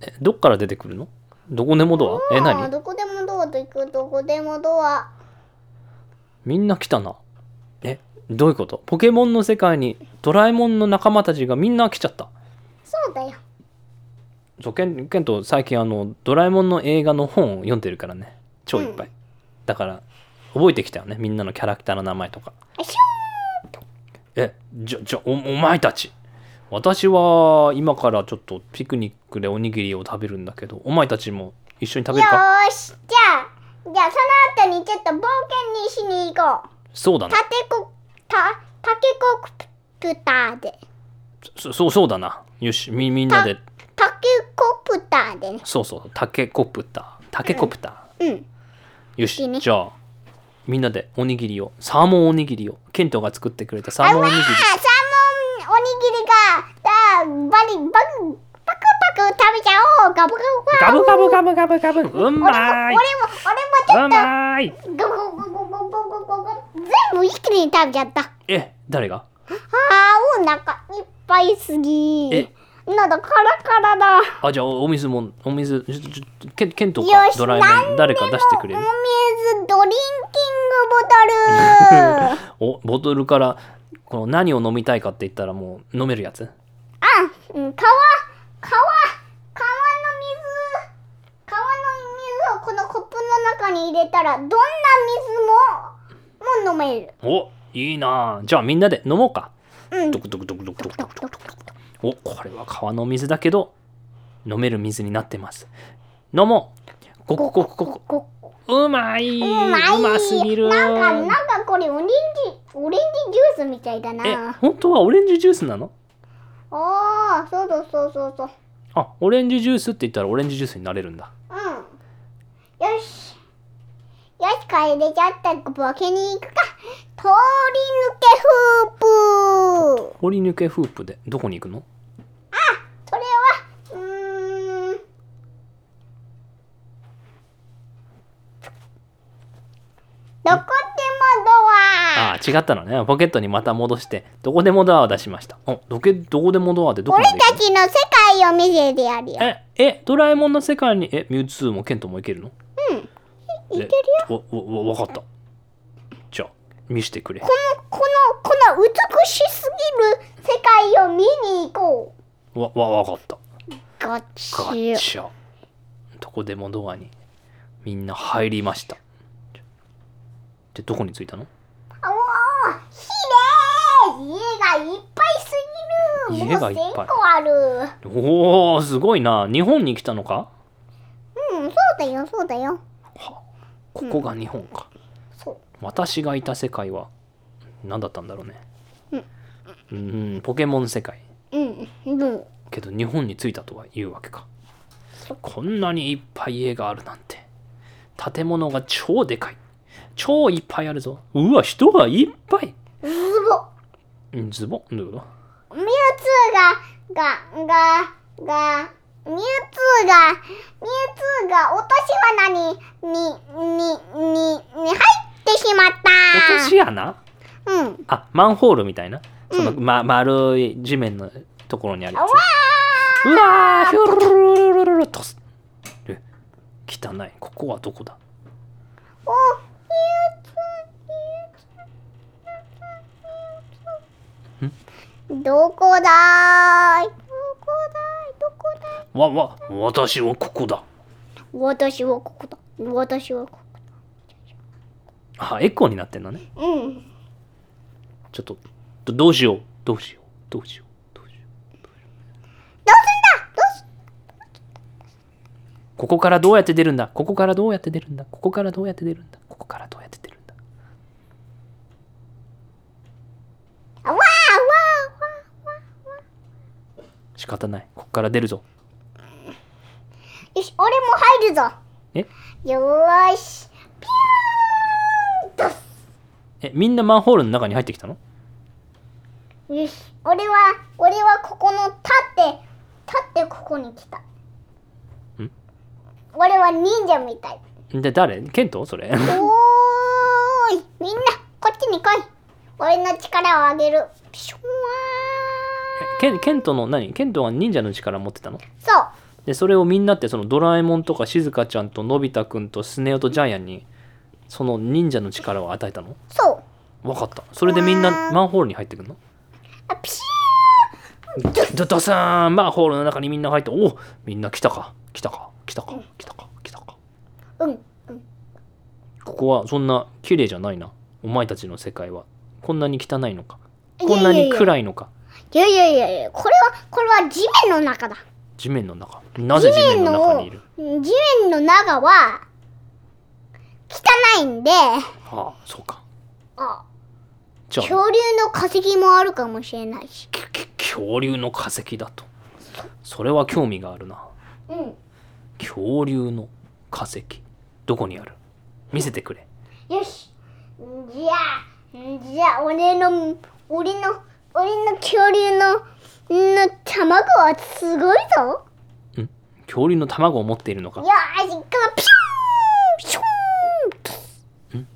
S1: えどっから出てくるのどこでもドアえ
S2: あー
S1: 何
S2: どこでもドアと行くどこでもドア
S1: みんな来たなえどういうことポケモンの世界にドラえもんの仲間たちがみんな来ちゃった
S2: そうだよ
S1: そうケンケント最近あのドラえもんの映画の本を読んでるからね超いっぱい、だから覚えてきたよねみんなのキャラクターの名前とか
S2: あひ
S1: えじゃじゃおお前たち私は今からちょっとピクニックでおにぎりを食べるんだけどお前たちも一緒に食
S2: ょ
S1: べるか
S2: よーしじゃあじゃあその後にちょっと冒険にしに行こう
S1: そうだな
S2: タテコタタケコプターで
S1: そそうそうだなよしみみんなで
S2: タケコプターでね
S1: そうそうタケコプタータケコプター、
S2: うん
S1: よ
S2: いい
S1: し
S2: ね
S1: じゃあみんなでおにぎりをサーモンおにぎりをケントが作ってくれたサーモンおにぎり
S2: あサーモンおにぎりがだバリバクパクパク食べちゃおうガブガブ
S1: ガブガブガブガブガブうんまー
S2: 俺
S1: い
S2: も俺
S1: う
S2: もちょっ
S1: まーい
S2: とガブガブガブガブガブ全部一気に食べちゃった
S1: え誰が
S2: あーお腹いっぱいすぎ
S1: え
S2: なんだカラカラだ
S1: あじゃあお水もお水ちょちょちょケンケント
S2: よ
S1: か
S2: し
S1: ドラえもん誰か出してくれ
S2: お
S1: る
S2: 水ドリンキングボトルあ
S1: おボトルからこの何を飲みたいかって言ったらもう飲めるやつ
S2: うん川川川の水川の水をこのコップの中に入れたらどんな水ももう飲める
S1: おいいなあじゃあみんなで飲もうか
S2: うん
S1: ドクドクドクドクドクド
S2: ド
S1: ク
S2: クドクドク
S1: おこれは川の水だけど飲める水になってます飲もうごくごくご
S2: ドク
S1: くうまいう
S2: まい
S1: ますぎる
S2: なんかなんかこれオレンジオレンジジュースみたいだ
S1: え
S2: な
S1: 本当はオレンジジュースなの
S2: ああそうそうそうそうそう
S1: あオレンジジュースって言ったらオレンジジュースになれるんだ
S2: うんよしよしこれでちょっとボケに行くか通り抜けフープ
S1: 掘り抜けフープでどこに行くの
S2: それはうーんどこでもドア
S1: ああ違ったのねポケットにまた戻してどこでもドアを出しましたおどけどこでもドアでどこま
S2: 俺
S1: で行
S2: たちの世界を見せてやるよ
S1: くのええドラえもんの世界にえミュウツーもケントも行けるの
S2: いけるよ
S1: よわわわわかったじゃあ見せてくれ
S2: このこのこの美しすぎる世界を見に行こう
S1: わわわかった
S2: ガ
S1: ガ
S2: チ
S1: チャどこでもドアにみんな入りましたでどこに着いたの
S2: おおきれい家がいっぱいすぎる
S1: 家がいっぱい
S2: もう1000個ある
S1: おーすごいな日本に来たのか
S2: うんそうだよそうだよ
S1: はここが日本か、
S2: そう
S1: 私がいた世界は何だったんだろうね
S2: うん
S1: うんポケモン世界
S2: うんうん
S1: けど日本に着いたとは言うわけかこんなにいっぱい家があるなんて建物が超でかい超いっぱいあるぞうわ人がいっぱい
S2: ズボ
S1: んズボンどういうこと
S2: ミュウツーががががミュウツーがミュウツーが落とし穴ににににに入ってしまった
S1: 落とし穴
S2: うん
S1: あマンホールみたいなその、ま、丸い地面のところにあるや
S2: わ
S1: つうわーひょろろろろろろとすえ汚いここはどこだ
S2: おどこだいどこだいどこだい
S1: わわ私はここだ
S2: 私はここだ私はこ
S1: あエコーになってんのね
S2: こうん
S1: ちょっとどどうしようどうしようどうしようどうしよう
S2: どうすんだ
S1: ここからどうやって出るんだここからどうやって出るんだここからどうやって出るんだここからどうやって出るん
S2: ど
S1: だ
S2: うすあわあ
S1: 仕方ないここから出るぞ
S2: わよし俺も入るぞ
S1: え
S2: よーしピューンとす
S1: えみんなマンホールの中に入ってきたの
S2: よし俺は俺はここの立って立ってここに来た
S1: ん
S2: 俺は忍者みたい
S1: で誰ケントそれ
S2: おーいみんなこっちに来い俺の力をあげるピシュワ
S1: ケンケントの何ケントが忍者の力持ってたの
S2: ーそう
S1: でそれをみんなってそのドラえもんとかしずかちゃんとのび太くんとスネ夫とジャイアンにその忍者の力を与えたの
S2: そう
S1: わかったそれでみんなマンホールに入ってくんの
S2: あピシ
S1: ドドさんマンホールの中にみんな入っておおみんな来たか来たか来たか来たか来たか
S2: ューうんうん
S1: ここはそんな綺麗じゃないなお前たちの世界はこんなに汚いのかこんなに暗いのか
S2: いやいやいやいやこれはこれは地面の中だ
S1: 地面の中なぜ地面の中にいる、
S2: うん地面の中は汚いんで
S1: はあそうか
S2: あ
S1: じゃあ
S2: 恐竜の化石もあるかもしれないし
S1: きき恐竜の化石だとそれは興味があるな
S2: うん
S1: 恐竜の化石どこにある見せてくれ
S2: よしじゃあじゃあ俺の俺の俺の恐竜のの卵はすごいぞ
S1: ん恐竜の卵を持っているのか
S2: よーしこのピューンピューン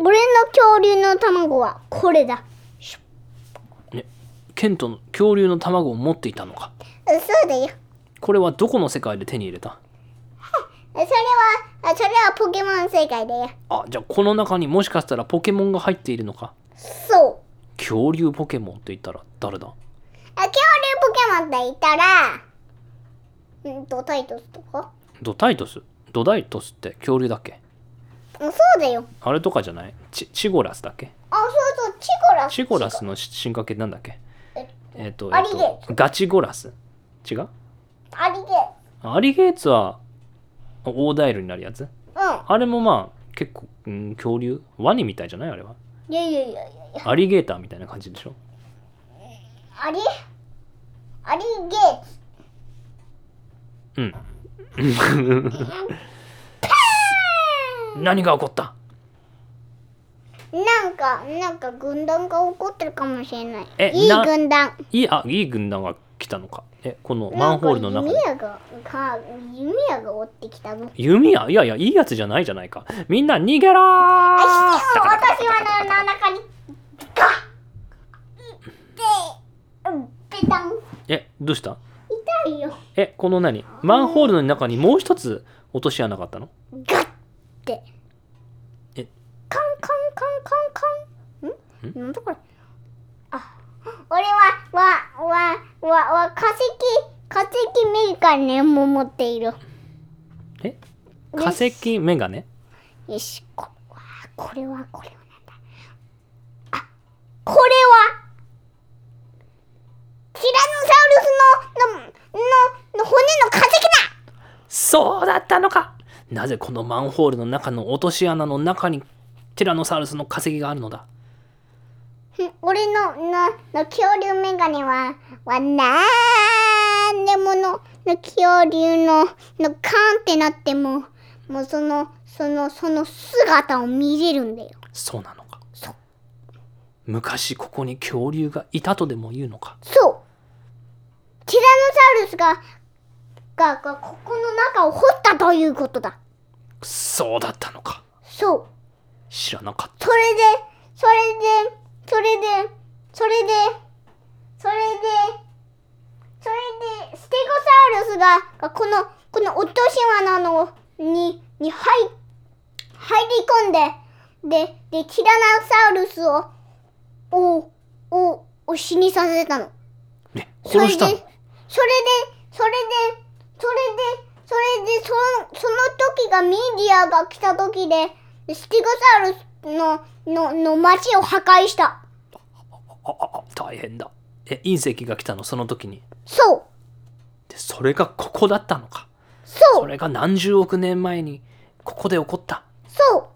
S2: 俺の恐竜の卵はこれだ
S1: ねケントの恐竜の卵を持っていたのか
S2: そうだよ
S1: これはどこの世界で手に入れた
S2: それはあそれはポケモン世界だよ
S1: あじゃあこの中にもしかしたらポケモンが入っているのか
S2: そう
S1: 恐竜ポケモンと言ったら誰だ
S2: あ恐竜ポケモンといたらうんとタイトスとか
S1: ドタイトスドダイトスって恐竜だっけ
S2: うんそうだよ
S1: あれとかじゃないチチゴラスだっけ
S2: あそうそうチゴラス
S1: チゴラスの進化系なんだっけえっ、と、
S2: ア
S1: えっ
S2: リゲー
S1: と、ガチゴラス。違う
S2: アリゲ
S1: アリゲーツはオオダイルになるやつ
S2: ー
S1: あれもまあ結構、うん、恐竜ワニみたいじゃないあれは。
S2: うんいやいやいやいや
S1: アリゲーターみたいな感じでしょ
S2: アリアリゲーツ
S1: うん。何が起こった
S2: なんかなんか軍団が起こってるかもしれない
S1: え
S2: いい
S1: な
S2: 軍団
S1: いい、あ、いい軍団が来たのか。え、このマンホールの中
S2: なん
S1: に
S2: か。弓矢がか弓矢が追ってきたの
S1: 弓矢いやいや、いいやつじゃないじゃないか。みんな逃げろ
S2: でも
S1: ー
S2: 私はの中にガッてベタン
S1: え、どうした
S2: 痛いよ
S1: え、この何マンホールの中にもう一つ落とし穴があったの
S2: ガッて
S1: え
S2: カンカンカンカンカンんなんだこれあ俺はわわわわ化石化石メガネも持っている
S1: え化石メガネ
S2: よしここれはこれはなんだあこれはティラノサウルスのののの骨の化石だ
S1: そうだったのかなぜこのマンホールの中の落とし穴の中にティラノサウルスの化石があるのだ
S2: ん俺ののの恐竜メガネははなんでものの恐竜ののカーンってなってももうそのそのその姿を見れるんだよ
S1: そうなのか
S2: そう
S1: 昔ここに恐竜がいたとでも言うのか
S2: そうティラノサウルスがががここの中を掘ったということだ
S1: そうだったのか
S2: そう
S1: 知らなかっ
S2: それでそれでそれでそれでそれでそれでステゴサウルスががこのこの落とし穴のにに入入り込んでででティラノサウルスをををを死にさせたの。
S1: たね
S2: それでそ
S1: 殺した
S2: れ
S1: の
S2: でそれでそれでそれでそのその時がミディアが来た時でスティゴサウルスののの町を破壊した
S1: あああ大変だえ隕石が来たのその時に
S2: そう
S1: でそれがここだったのか
S2: そ
S1: そうれが何十億年前にここで起こった
S2: そう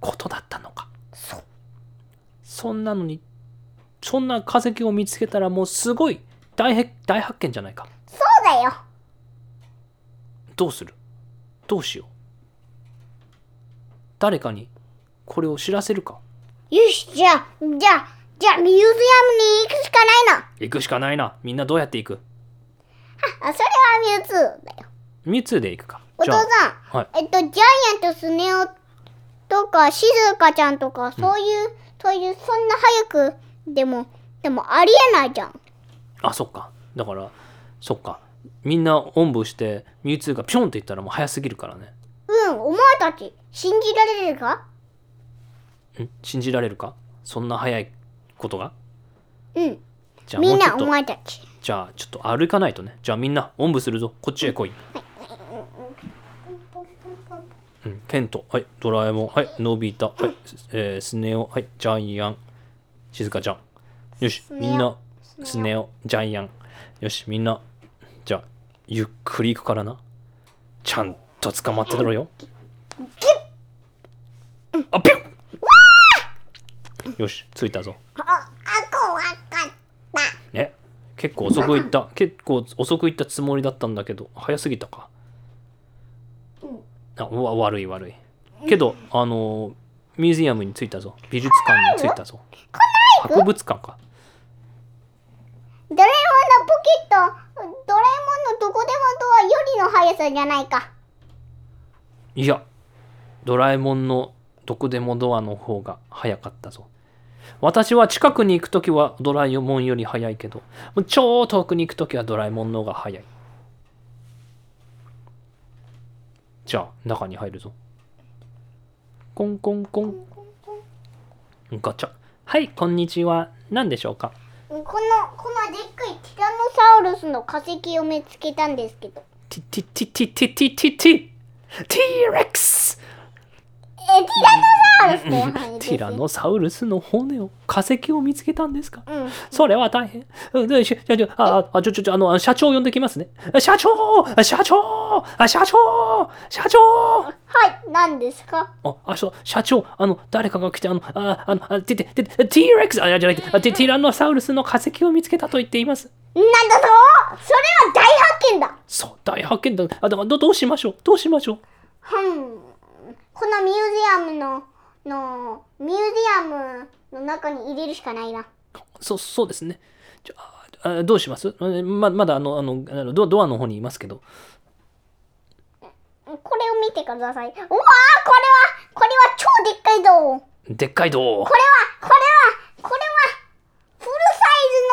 S1: ことだったのか
S2: そう
S1: そんなのにそんな化石を見つけたらもうすごい大へ大発見じゃないか
S2: そうだよ
S1: どうするどうしよう誰かにこれを知らせるか
S2: よしじゃあじゃあじゃあミュージアムに行くしかないな
S1: 行くしかないなみんなどうやって行く
S2: あそれはミュウツーだよ
S1: ミュウツーで行くか
S2: お
S1: じ
S2: 父
S1: ゃ
S2: さ
S1: あ
S2: ん
S1: はい
S2: えっとジャイアントスネ夫とか静香ちゃんとかそういう、そういうそんな早くでもでもありえないじゃん
S1: あそっかだからそっかみんなおんぶしてミュウツーがピョンって言ったらもう早すぎるからね
S2: うんお前たち信じられるか
S1: ん信じられるかそんな早いことが
S2: うん
S1: じゃあも
S2: み
S1: うんちょ
S2: な
S1: っ
S2: お
S1: と
S2: 前たち
S1: じゃあちょっと歩かないとねじゃあみんなおんぶするぞこっちへ来い、うん、ケントはいドラえもんはいのび太はい、えースネ夫はいジャイアン静香ちゃんよし
S2: スネ夫
S1: みんなスネ夫ジャイアンよしみんなじゃあゆっくり行くからなちゃんと捕まってろよあピュッよし着いたぞ
S2: ああ怖かった
S1: ね結構遅く行った結構遅く行ったつもりだったんだけど早すぎたかあわ悪い悪いけどあのーミュージアムに着いたぞ美術館に着いたぞ博物館か
S2: ドラえもんのポケットドラえもんのどこでもドアよりの速さじゃないか
S1: いやドラえもんのどこでもドアの方が早かったぞ私は近くに行く時はドラえもんより早いけどもう超遠くに行く時はドラえもんの方が早いじゃあ中に入るぞコンコンコンガチャはいこんにちは何でしょうか
S2: このこのでっかいティラノサウルスの化石を見つけたんですけど
S1: ティティティティティティティティレックス
S2: えティラノサウ倒したやはりです
S1: ティラノサウルスの骨を化石を見つけたんですか
S2: うん
S1: それは大変。うんでし社長、あ、あ、ちょ、ちょ、ちょ、あの、社長呼んできますね。社長社長社長社長
S2: はい何ですか
S1: あ、あ、そう、社長、あの、誰かが来て、あの、あ、あの、あてて、て、T-Rex、あ、じゃなくて、あテティラノサウルスの化石を見つけたと言っています。
S2: なんだとそれは大発見だ
S1: そう、大発見だ。あ、でもど、どうしましょうどうしましょう
S2: うんこのミュージアムののミュージアムの中に入れるしかないな
S1: そそうですね。じゃああどうしますえままだあのあのあのドドアの方にいますけど。
S2: これを見てください。うわーこれは、これは超でっかいぞこれは、
S1: でっかいど
S2: これは、これは、フルサイズ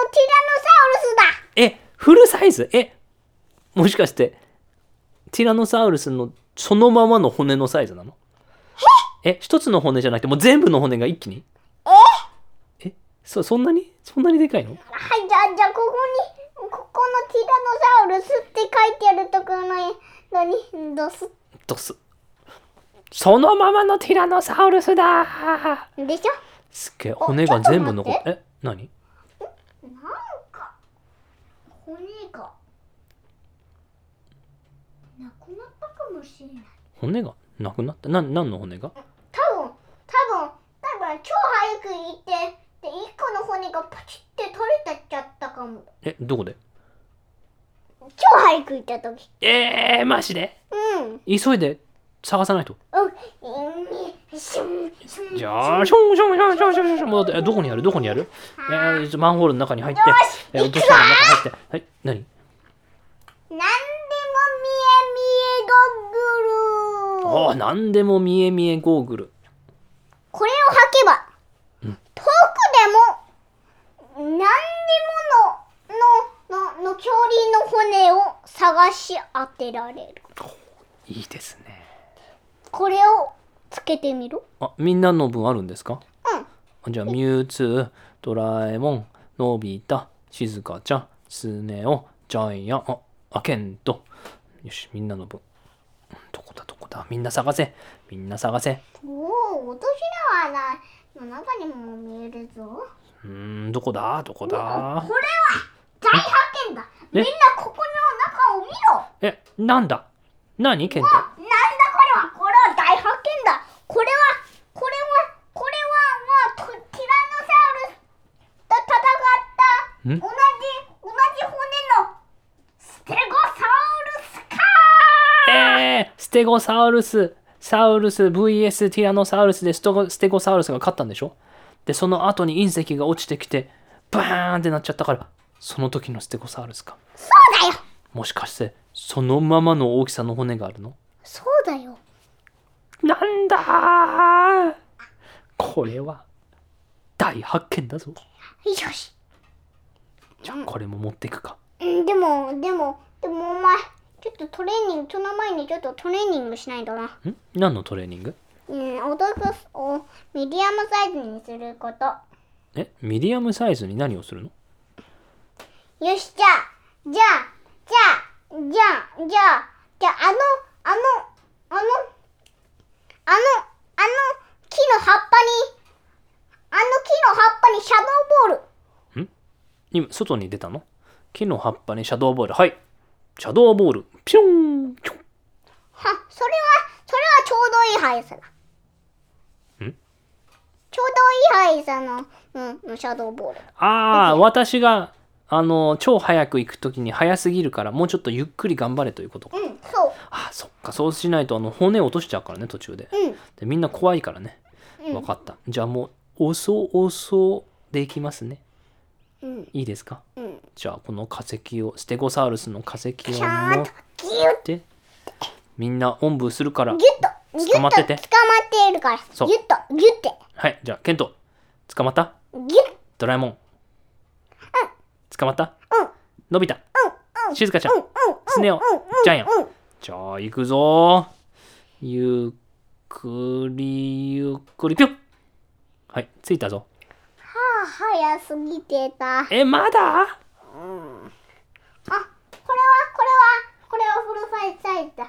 S2: のティラノサウルスだ
S1: えフルサイズえもしかしてティラノサウルスのそのままの骨のサイズなのえ一つの骨じゃなくてもう全部の骨が一気にえそそんなにそんなにでかいの
S2: はい、じゃあ、じゃあ、ここに、ここのティラノサウルスって書いてあるところのに、ドス
S1: どすそのままのティラノサウルスだ
S2: でしょ
S1: すっげえ骨が全部残
S2: ちょ
S1: る
S2: っと
S1: え何
S2: なんか、骨が、なくなったかもしれない。
S1: 骨がなくなったな何の骨が
S2: 多分多分多分超早く行ってで一個の骨がパチって取れてっちゃったかも
S1: えどこで
S2: 超早く行った時
S1: えー、マジで
S2: うん
S1: 急いで探さないと。
S2: うんシュンシュン
S1: じゃあ、ションションションションションションション戻って、えどこにあるどこにあるえーちょマンホールの中に入って、えー落とし穴の中に入って、はい、何
S2: なんでも見え見えゴッグル
S1: ああ、なんでも見え見えゴーグル。
S2: これを履けば、遠くでも何にものののの恐竜の骨を探し当てられる
S1: いいですね。
S2: これをつけてみろ
S1: あ、みんなの分あるんですか
S2: うん
S1: あじゃあ、ミュウツー、ドラえもん、のび太、しずかちゃん、スネ夫、ジャイアン、あ、あけんと。よし、みんなの分。どこだどこだみんな探せ。みんな探せ。
S2: おお、落とし穴の中にも見えるぞ。
S1: うーん、どこだどこだ
S2: これは大発見だ。みんなここの中を見ろ。
S1: え、なんだ何ケント
S2: なんだこれは、これは大発見だ。これは、これは、これは、もうティティラノサウルスと戦った
S1: ん
S2: 同じ、同じ骨のステゴサウルスか
S1: えー、ステゴサウルス、サウルス VS ティラノサウルスでストゴステゴサウルスが勝ったんでしょで、その後に隕石が落ちてきて、バーンってなっちゃったから、その時のステゴサウルスか。
S2: そうだよ。
S1: もしかして、そのままの大きさの骨があるの
S2: そうだよ。
S1: なんだーこれは、大発見だぞ。
S2: よし。
S1: じゃあ、これも持っていくか。
S2: うん、でも、でも、でもお前、ちょっとトレーニング、その前にちょっとトレーニングしないとな。
S1: ん何のトレーニング
S2: うん、お豆腐をミディアムサイズにすること。
S1: え、ミディアムサイズに何をするの
S2: よし、じゃあ、じゃあ、じゃあ、じゃあ、じゃあ、じゃあ、あの、あの、あの、あの、あの木の葉っぱに、あの木の葉っぱにシャドーボール。
S1: 今、外に出たの木の葉っぱにシャドーボール。はい。シャドーボール。ピョンピョン
S2: は、それは、それはちょうどいい速さだ。
S1: ん
S2: ちょうどいい速さの、うん、のシャドーボール。
S1: ああ、私が、あの、超早く行くときに早すぎるから、もうちょっとゆっくり頑張れということか。
S2: うん、そう。
S1: ああ、そっか。そうしないと、あの、骨落としちゃうからね、途中で。
S2: うん。
S1: でみんな怖いからね。わかった。じゃあもう、おそうおそうでいきますね。
S2: うん。
S1: いいですか
S2: うん。
S1: じゃあ、この化石を、ステゴサウルスの化石を
S2: ちゃ
S1: 持
S2: ん
S1: っ
S2: とギュッ
S1: て、みんなおんぶするから
S2: ギ。ュッとギュッと
S1: 捕まってて
S2: 捕まっているからギュッと
S1: そう
S2: ギュッて
S1: はい。じゃあ、ケント、捕まった
S2: ギュッ
S1: ドラえもん。捕まった
S2: うん
S1: のび太。
S2: うん
S1: しずかちゃん。
S2: うんうん
S1: スネ夫
S2: うんうん
S1: ジャイアン
S2: うん
S1: じゃあ、行くぞー。ゆっくり、ゆっくり、ぴょんはい、着いたぞ。
S2: あ早すぎてたあこれは
S1: え、ま
S2: こ
S1: だ
S2: れはこれはフルサイズサイズだ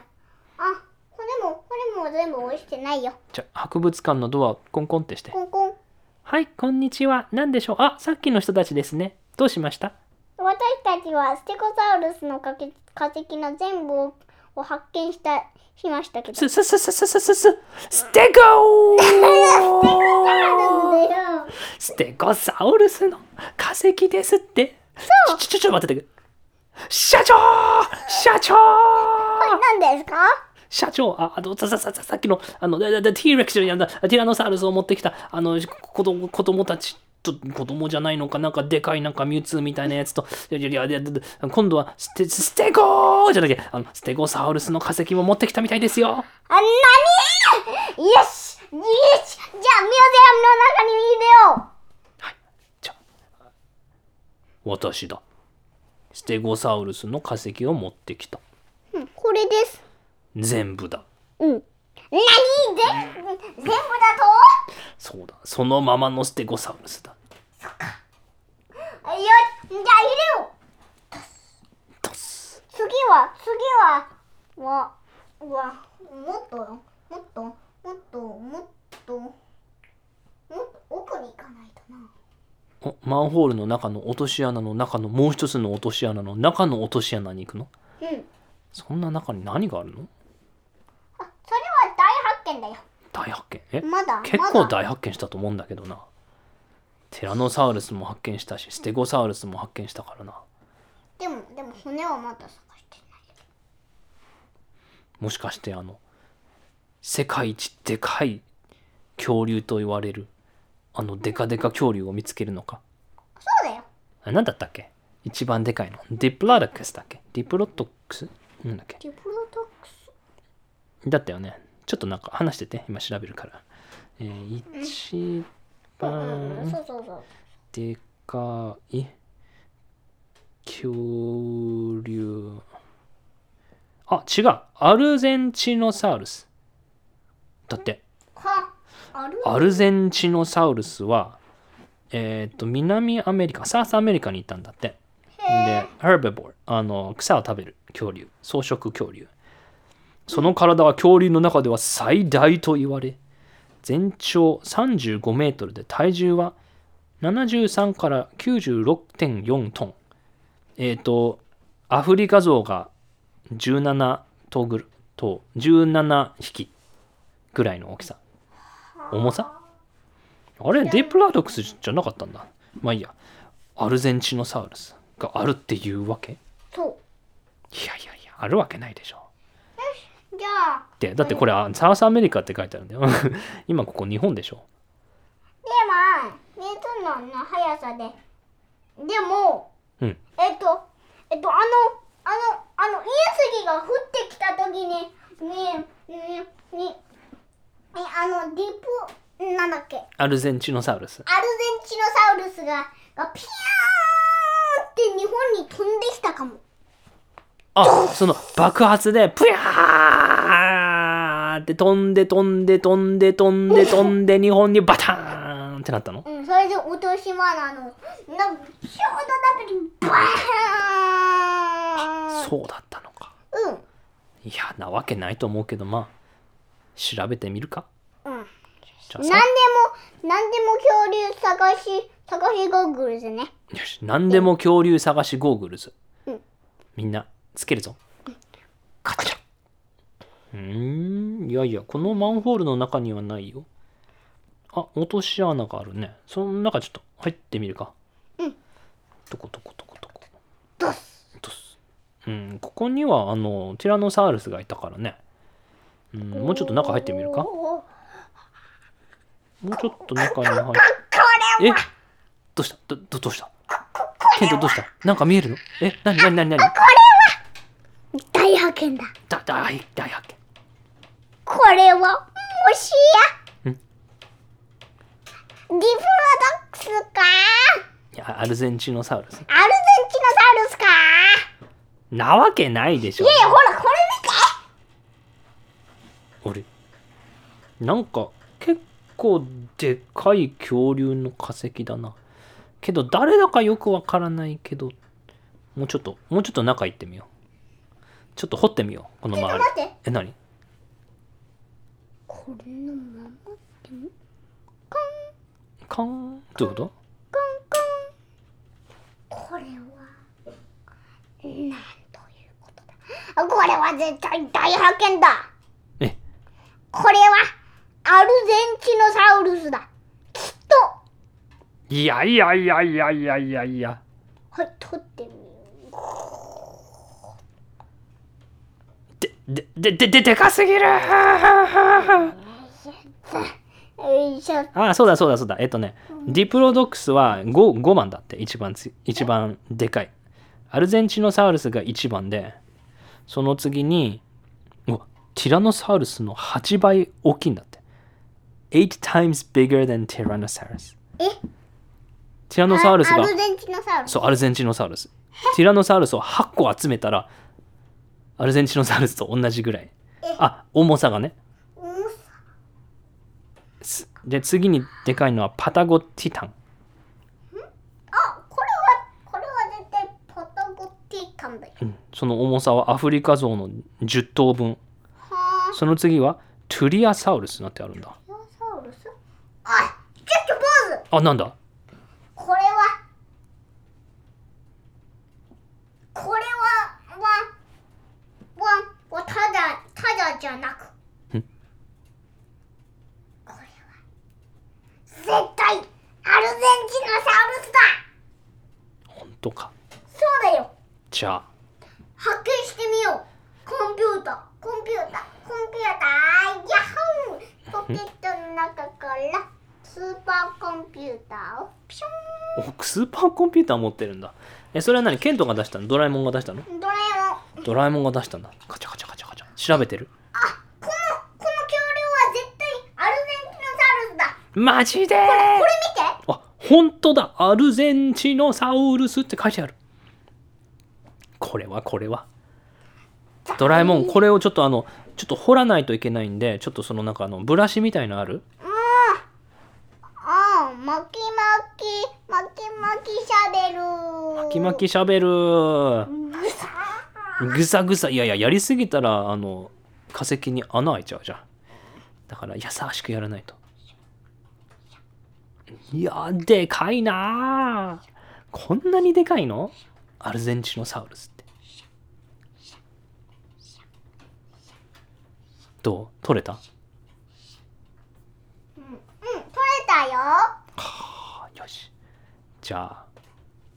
S2: あこれもこれも全部落ちてないよ
S1: じゃあ博物館のドアをコンコンってして
S2: コンコン
S1: 「はいこんにちは何でしょうあさっきの人たちですねどうしました
S2: 私たちはステゴサウルスの化け化石の全部をを発見したしましたけど
S1: すすすすすすすすステゴー
S2: なんだよ
S1: ステゴサウルスの化石ですってそうちょちょちょ待ってて社長社長
S2: 何ですか
S1: 社長、あ、あの、さ、さ、さ、ささっきの、あの、だ、だ、だ、T レクションやんだ、ティラノサウルスを持ってきた、あの、子供、子供たちと、子供じゃないのか、なんかでかい、なんかミュウツーみたいなやつと、いやいやいや、でで今度は、ステ、ステゴーじゃなきゃ、あの、ステゴサウルスの化石も持ってきたみたいですよ。
S2: あ、なによしよしじゃあミュージアムの中に入れよう
S1: じゃあ私だ。ステゴサウルスの化石を持ってきた。
S2: うんこれです。
S1: 全部だ。
S2: うん。なに全部全部だ
S1: そうだ。そのままのステゴサウルスだ。
S2: とよしじゃあ入れよう
S1: とっす。
S2: 次は、次は、わ、わ、もっとよもっと、もっと、もっと、もっと奥に行かないとな。
S1: おマンホールの中の落とし穴の中のもう一つの落とし穴の中の落とし穴に行くの
S2: うん。
S1: そんな中に何があるの
S2: あ、それは大発見だよ。
S1: 大発見え
S2: まだ、
S1: 結
S2: ま
S1: 構
S2: だ。
S1: 大発見したと思うんだけどなティラノサウルスも発見したしステゴサウルスも発見したからな
S2: でも、でも骨はまだ探してない。
S1: もしかしてあの世界一でかい恐竜と言われるあのデカデカ恐竜を見つけるのか
S2: そうだよ。
S1: あ何だったっけ一番でかいのディプロドックスだっけディプロドックスなんだっけ
S2: ディプロトックス。
S1: だったよね。ちょっとなんか話してて、今調べるから。えー、
S2: う
S1: 一
S2: ん、
S1: 番
S2: そうそうそう。
S1: でかい恐竜。あ、違う。アルゼンチノサウルス。だって、
S2: は、ある
S1: アルゼンチノサウルスは、えーっと、南アメリカ、サースアメリカにいたんだって。で、herbivore、あの、草を食べる恐竜、草食恐竜。その体は恐竜の中では最大と言われ、全長35メートルで体重は73から96.4トン。えっ、と、アフリカゾウが17頭ぐると17匹ぐらいの大きさ。重さあれ、ディプラドックスじゃなかったんだ。まあいいや。アルゼンチノサウルスがあるっていうわけい
S2: そ
S1: やいやいや、あるわけないでしょ。
S2: う。じゃあ、
S1: でだってこれ、あサウスアメリカって書いてあるんだよ。 今ここ日本でしょ。
S2: でも、熱のの速さで。でも、
S1: うん。
S2: えっと、えっと、あの、あの、あの、隕石が降ってきた時に、ね、ね、ね、えあの、ディプ、なんだっけ、アル
S1: アルゼンチノサウルス。
S2: ゼンチノサウルスが、がピューンって日本に飛んできたかも。
S1: あその爆発でプヤーって飛んで飛んで飛んで飛んで飛んで日本にバターンってなったの
S2: うん、それで落とし穴の、なんか、ピューンとなった時に、バーン
S1: そうだったのか
S2: うん。
S1: いやなわけないと思うけどまあ調べてみるか
S2: うん。
S1: じゃあ
S2: 何で
S1: さ
S2: も、何でも恐竜探し、探しゴーグルですね。
S1: よし何でも恐竜探しゴーグルズ、
S2: うん
S1: みんなつけるぞカチャうーんいやいやこのマンホールの中にはないよあ落とし穴があるねその中ちょっと入ってみるか
S2: うん
S1: とことことことこ
S2: ドス
S1: とすうんここにはあのティラノサウルスがいたからねうんもうちょっと中入ってみるかも
S2: こ
S1: うちょっと中に入っ
S2: れ
S1: え
S2: は、
S1: どうしたどどどうした
S2: こ
S1: ケン
S2: れ
S1: トどうしたなんか見えるのえなになになになに
S2: 大発見だ。
S1: だ大大発見
S2: これは、もしや。
S1: ん
S2: ディプロドックスか
S1: いやアルゼンチノサウルス
S2: アルゼンチノサウルスか
S1: なわけないでしょ
S2: いやいや、ほら、これ見て
S1: 俺なんか結構でかい恐竜の化石だなけど誰だかよくわからないけどもうちょっともうちょっと中行ってみようちょっと掘ってみようこの
S2: ちょっと
S1: 周り
S2: 待って。
S1: え何
S2: これのままでも
S1: カンってこと
S2: カンカンこれはなんということだあこれは絶対大発見だ
S1: え
S2: これはアルゼンチノサウルスだきっと
S1: いやいやいやいやいやいやいや
S2: はい取ってみよう
S1: ででででででかすぎる
S2: よいしょ
S1: あそうだそうだそうだえっとねディプロドックスは 5, 5番だって一番つ一番でかいアルゼンチノサウルスが1番でその次にうわティラノサウルスの8倍大きいんだって8 times bigger than Tyrannosaurus
S2: え
S1: ティラノサウルス
S2: あ
S1: が
S2: アルゼンチノサウルス
S1: そうアルゼンチノサウルスティラノサウルスを8個集めたらアルゼンチノサウルスと同じぐらいあ重さがね
S2: 重さ
S1: すで次にでかいのはパタゴティタン
S2: あこれはこれは絶対パタゴティカンだよ
S1: その重さはアフリカゾウの10頭分
S2: はあ
S1: その次はトゥリアサウルスなんてあるんだ
S2: ティラノサウルスおいちょっとポーズ
S1: あなんだ
S2: これはこれはわわわただただじゃなく
S1: ん
S2: これは絶対アルゼンチノサウルスだ
S1: 本当か
S2: そうだよ
S1: じゃあ
S2: 発見してみようコンピューターコンピューターコンピューターヤッホーポケットの中からスーパーコンピューターをピショ
S1: おスーパーコンピューター持ってるんだえそれは何ケントが出したのドラえもんが出したの
S2: ンドラえもん
S1: ドラえもんが出したんだカチャカチャカチャカチャ調べてる
S2: あこのこの恐竜は絶対アルゼンチノサウルスだ
S1: マジで
S2: これ見て
S1: あ本当だアルゼンチノサウルスって書いてあるこれはこれはドラえもんこれをちょっとあのちょっと掘らないといけないんでちょっとそのなんかあのブラシみたいのある
S2: ああ巻き巻き巻き巻きシャベル
S1: 巻き巻きシャベル
S2: ぐさ
S1: ぐさぐさいやいややりすぎたらあの化石に穴開いちゃうじゃんだから優しくやらないといやでかいなあこんなにでかいのアルゼンチノサウルスってどう取れた
S2: うん取れたよ
S1: あよしじゃあ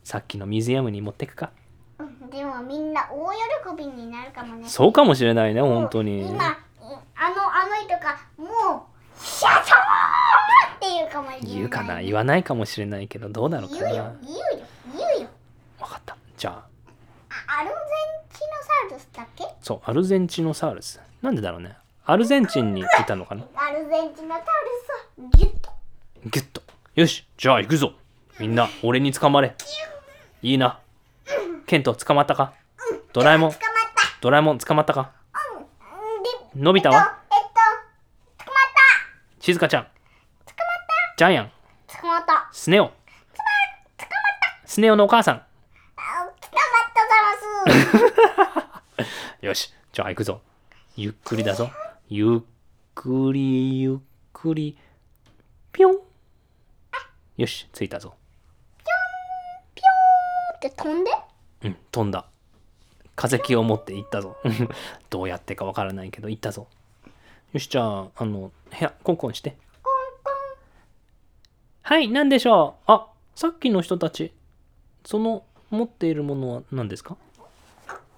S1: さっきのミュージアムに持ってくか
S2: うんでもみんな大喜びになるかもね
S1: そうかもしれないね本当に
S2: 今いあのあの人がもう社長っていうかもしれない
S1: 言うかな言わないかもしれないけどどうなの
S2: 言
S1: か
S2: う
S1: な
S2: よ言うよ言うよ
S1: わかったじゃあ
S2: あアルゼンチノサウルスだっけ
S1: そうアルゼンチノサウルスなんでだろうねアルゼンチンにいたのかな
S2: アルゼンチンのタオルさギュッと
S1: ギュッとよしじゃあ行くぞみんな俺に捕まれいいなケント捕まったかドラえもん
S2: 捕まった
S1: ドラえもん捕まったか
S2: うんうんで
S1: のび太
S2: えっと
S1: は
S2: えっと捕まっ
S1: 静香ちゃんジャイアン
S2: た捕まった
S1: スネ夫スネ夫のお母さ
S2: あ捕まったざます
S1: んよしじゃあ行くぞゆっくりだぞゆっくりゆっくりぴょんよし着いたぞ
S2: ピョーンって飛んで
S1: うん、飛んだ。化石を持って行ったぞ。 どうやってかわからないけど行ったぞ。よし、じゃあ、あの、部屋、コンコンして。
S2: コンコ
S1: はい、なんでしょう。あ、さっきの人たち、その持っているものは何ですか
S2: ン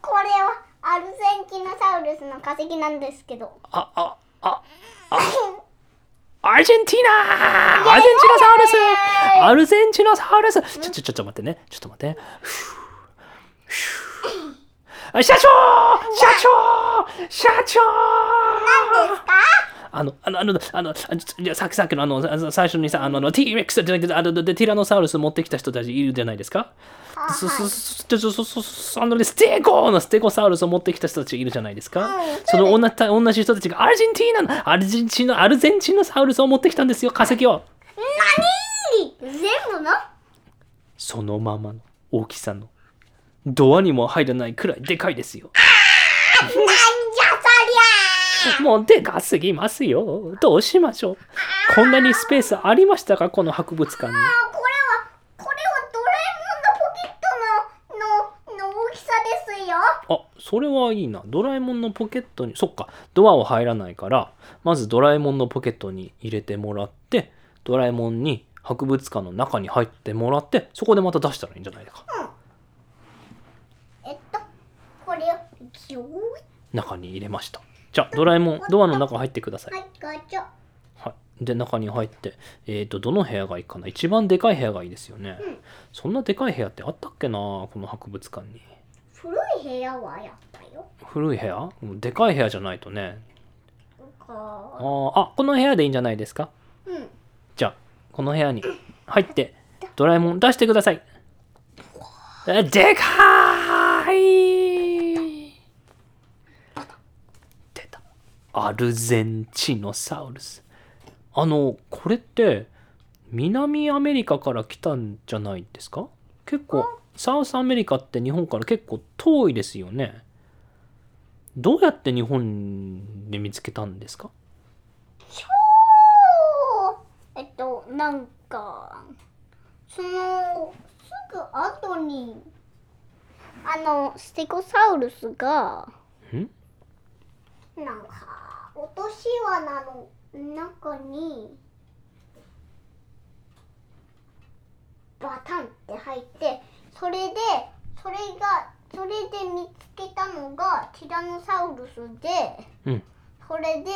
S2: これはアルゼンチノサウルスの化石なんですけど
S1: あ、あ、あ、あ、アルゼンティーナーアルゼンチノサウルスアルゼンチノサウルスちょ、ちょ、ちょ、ちょ、待ってね。ちょっと待って。ふぅふぅあ社長社長社長
S2: 何ですか
S1: あの、あの、あの、あの、あちょいやさっきさっきのあの、ささ最初にさ、あの、あの T-Rex じゃなくて、あの、でティラノサウルス持ってきた人たちいるじゃないですか。
S2: あ
S1: そ、
S2: は
S1: そ、
S2: い
S1: そ、そ、そ、そ、そ、あのね、ステゴのステゴサウルスを持ってきた人たちいるじゃないですか
S2: うん。
S1: その同じ、同じ人たちがアルゼンティーナの、アルゼンチンの、アルゼンチンのサウルスを持ってきたんですよ、化石を。
S2: 何全部の
S1: そのままの大きさの、ドアにも入らないくらいでかいですよ。
S2: なんじゃそりゃ
S1: もうでかすぎますよ。どうしましょう。こんなにスペースありましたかこの博物館に。
S2: あこれはこれはドラえもんのポケットののの大きさですよ
S1: あそれはいいなドラえもんのポケットにそっかドアは入らないからまずドラえもんのポケットに入れてもらってドラえもんに博物館の中に入ってもらってそこでまた出したらいいんじゃないか
S2: えっとこれをギュー
S1: 中に入れましたじゃあドラえもんドアの中入ってください、
S2: はいガチャ
S1: はい、で中に入ってえっ、とどの部屋がいいかな一番でかい部屋がいいですよね、
S2: うん
S1: そんなでかい部屋ってあったっけなこの博物館に
S2: 古い部屋はやったよ
S1: 古い部屋うんでかい部屋じゃないとね
S2: なん
S1: あ
S2: か
S1: ーあこの部屋でいいんじゃないですか
S2: うん
S1: じゃあこの部屋に入ってドラえもん出してくださいえでかーい出たアルゼンチノサウルスあのこれって南アメリカから来たんじゃないですか結構サウスアメリカって日本から結構遠いですよねどうやって日本で見つけたんですか
S2: おーえっとなんかそのすぐ後にあのステゴサウルスが
S1: ん
S2: なんか落とし穴の中にバタンって入ってそれでそれがそれで見つけたのがティラノサウルスで
S1: うん
S2: それで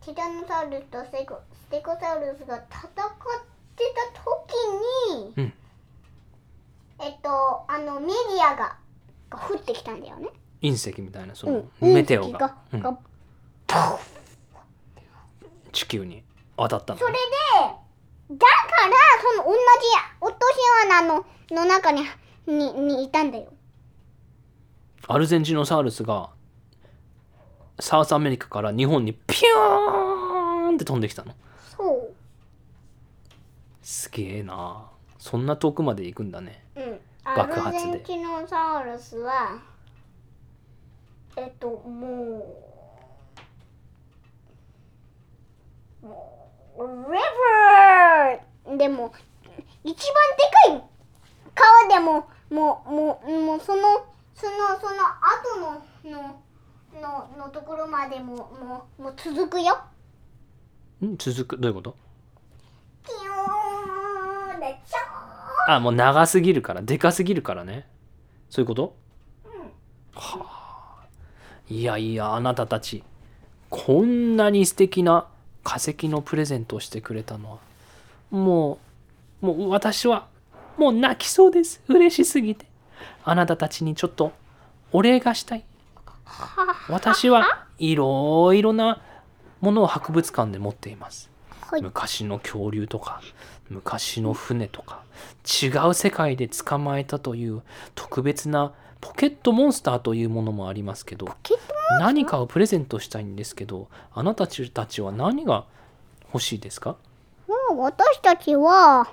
S2: ティラノサウルスとステゴステゴサウルスが戦ってた時に、
S1: うん
S2: えっとあのメディアがが降ってきたんだよね。
S1: 隕石みたいなその
S2: うん
S1: メテオ
S2: 隕石
S1: が,、うん
S2: が
S1: 地球に当たったの
S2: それでだからその同じ落とし穴のの中にににいたんだよ
S1: アルゼンチノサウルスがサウスアメリカから日本にピューンって飛んできたの
S2: そう
S1: すげえなそんな遠くまで行くんだね
S2: うん
S1: 爆
S2: アル
S1: 発で
S2: ゼンチノサウルスはえっともうもうレバーでも一番でかい川でももうもうもうそのそのその後ののののところまでももうもう続くよ
S1: ん続くどういうこと
S2: キューンでチョ
S1: あもう長すぎるからでかすぎるからねそういうことはあいやいやあなたたちこんなに素敵な化石のプレゼントをしてくれたのはもうもう私はもう泣きそうです嬉しすぎてあなたたちにちょっとお礼がしたい私はいろいろなものを博物館で持っています
S2: ーはい
S1: 昔の恐竜とか昔の船とか違う世界で捕まえたという特別なポケットモンスターというものもありますけど
S2: ケット
S1: 何かをプレゼントしたいんですけどあなたたちは何が欲しいですか
S2: もう私たちは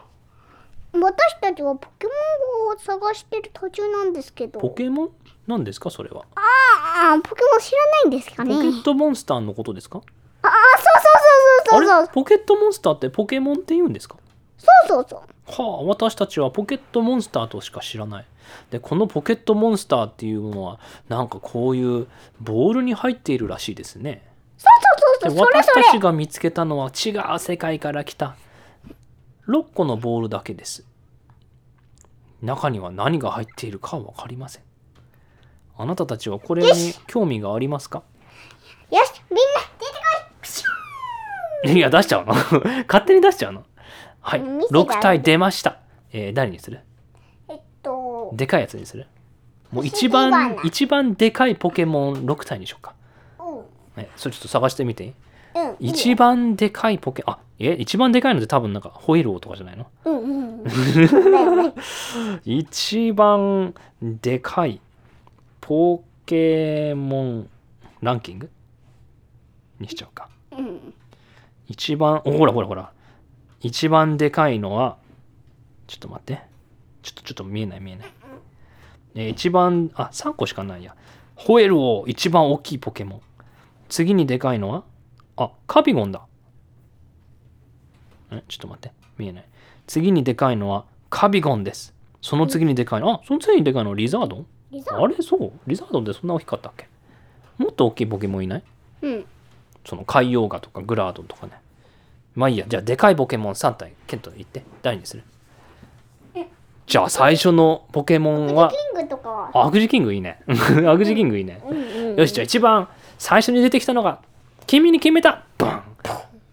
S2: 私たちはポケモン GO を探してる途中なんですけど
S1: ポケモンなんですかそれは
S2: ああポケモン知らないんですか
S1: ポ
S2: ね
S1: ケットモンスターのことですか
S2: ああそう
S1: あ
S2: そうそうそう
S1: れポケットモンスターってポケモンって言うんですか
S2: そうそうそう
S1: はあ私たちはポケットモンスターとしか知らないでこのポケットモンスターっていうのはなんかこういうボールに入っているらしいですね
S2: そうそうそう
S1: で
S2: そうそれ
S1: 私
S2: それ
S1: たちが見つけたのは違う世界から来た6個のボールだけです中には何が入っているかは分かりませんあなたたちはこれに興味がありますか
S2: よしみんな出てこいプシュ
S1: いや出しちゃうの 勝手に出しちゃうのはい
S2: 見せて
S1: 6体出ました、えー誰にする
S2: ーンえっと
S1: でかいやつにするもう
S2: 星
S1: 一
S2: 火
S1: 番
S2: 花
S1: 一番でかいポケモン6体にしようか
S2: うん
S1: えそれちょっと探してみて
S2: うんいいよ
S1: 一番でかいポケあえ一番でかいのって多分なんかホイール王とかじゃないの
S2: うんうんうんだよね
S1: 一番でかいポケモンランキングにしちゃうか
S2: うん
S1: 一番おほらほらほら一番でかいのはちょっと待ってちょっとちょっと見えない見えない、えー一番あ3個しかないやホエルを一番大きいポケモン次にでかいのはあカビゴンだえちょっと待って見えない次にでかいのはカビゴンですその次にでかいのあその次にでかいのはリザード
S2: リザー
S1: あ
S2: ド
S1: れそうリザードってそんな大きかったっけもっと大きいポケモンいない
S2: うん
S1: その海洋ガとかグラードンとかねまあいいやじゃあでかいポケモン3体ケント言って誰にする
S2: え
S1: じゃあ最初のポケモンは
S2: キングとかは
S1: あアグジキングいいねアグジキングいいね
S2: うんうん
S1: よしじゃあ一番最初に出てきたのが君に決めたバン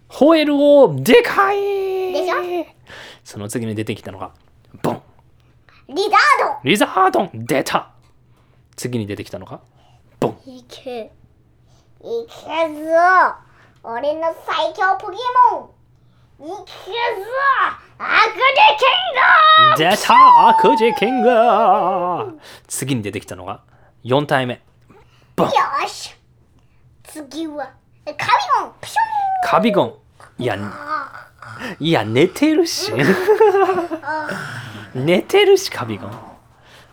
S1: ホエルをでかい
S2: でしょ
S1: その次に出てきたのがボン
S2: リザード
S1: リザードン出た次に出てきたのがボン
S2: いけいけず俺の最強ポケモンいけずアクリ
S1: 出たアクジキング次に出てきたのが4体目
S2: キングよし次はカビゴンプシ
S1: カビゴンいやいや寝てるし寝てるしカビゴン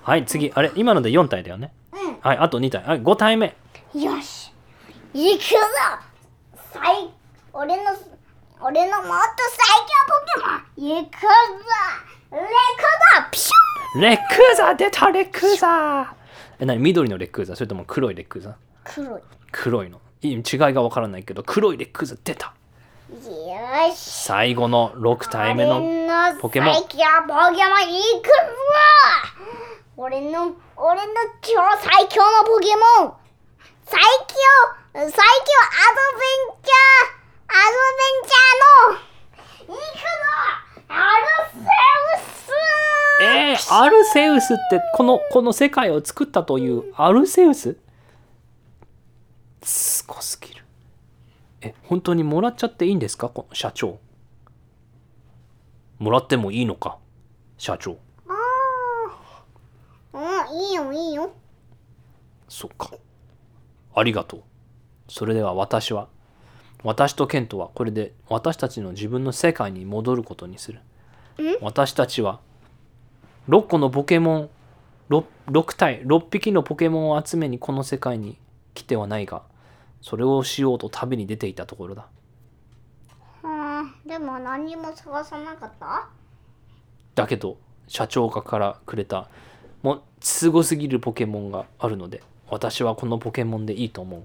S1: はい次あれ今ので4体だよね
S2: ュン
S1: はいあと2体はい5体目
S2: うんよしいくぞ最俺の俺のもっと最強ポケモンいくぞレコだプシュン
S1: レックーザー出たレックーザーえ何緑のレックーザーそれとも黒いレックーザー
S2: 黒い
S1: 黒いのい違いがわからないけど黒いレックーザー出た
S2: よし
S1: 最後の6体目のポケモン
S2: 俺の最強ポケモンいくぞ俺の、俺の今日最強のポケモン最強、最強アドベンチャー、アドベンチャーの、いくぞアルセウス
S1: えー、アルセウスってこのこの世界を作ったというアルセウスすごすぎるえ本当にもらっちゃっていいんですかこの社長もらってもいいのか社長
S2: あーうん、いいよ、いいよ。
S1: そっか。ありがとう。それでは私は、私とケントはこれで私たちの自分の世界に戻ることにする。私たちは6個のポケモン、6, 6体、6匹のポケモンを集めにこの世界に来てはないが、それをしようと旅に出ていたところだ。
S2: うん、でも何も探さなかった
S1: だけど、社長からくれた、もうすごすぎるポケモンがあるので、私はこのポケモンでいいと思う。
S2: うん、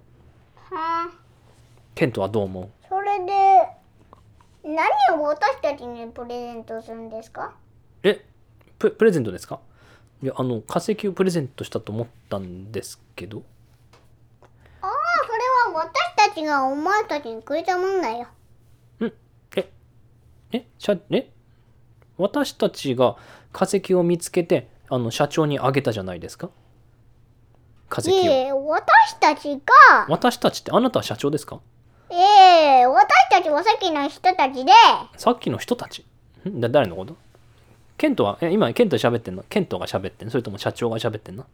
S1: ケントはどう思う
S2: それで、何を私たちにプレゼントするんですか
S1: えププレゼントですかいやあの化石をプレゼントしたと思ったんですけど
S2: ああ、それは私たちがお前たちにくれたもんだよ。
S1: うんええ社え私たちが化石を見つけてあの社長にあげたじゃないですか化石
S2: い
S1: を
S2: え、私たちが、
S1: 私たちってあなたは社長ですか
S2: ええ、私たちはさっきの人たちで、
S1: さっきの人たちんだ誰のことケントはえ今ケント喋ってんのケントが喋ってんのそれとも社長が喋ってんの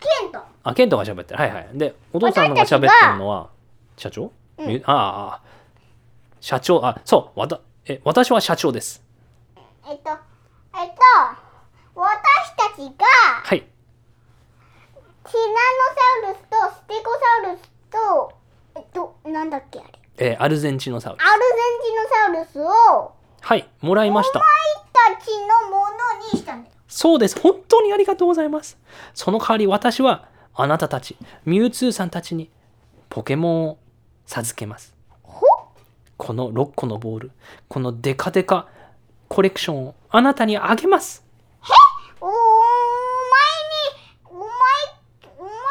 S2: ケント、
S1: あ、ケントが喋ってる。はいはい。で、お父さんが喋ってるのは、社長、
S2: うん
S1: えあああ、社長、あ、そう、わたえ私は社長です。
S2: えっと、えっと、私たちが、
S1: はい。
S2: ティラノサウルスとステゴサウルスと、えっと、なんだっけあれ、
S1: えーアルゼンチノサウルス。
S2: アルゼンチノサウルスを、
S1: はい、もらいました。
S2: 私たちのものにしたんだよ。
S1: そうです。本当にありがとうございます。その代わり私は、あなたたち、ミュウツーさんたちに、ポケモンを授けます。
S2: ほ
S1: この6個のボール、このデカデカコレクションをあなたにあげます。
S2: おお前にお前お前にあ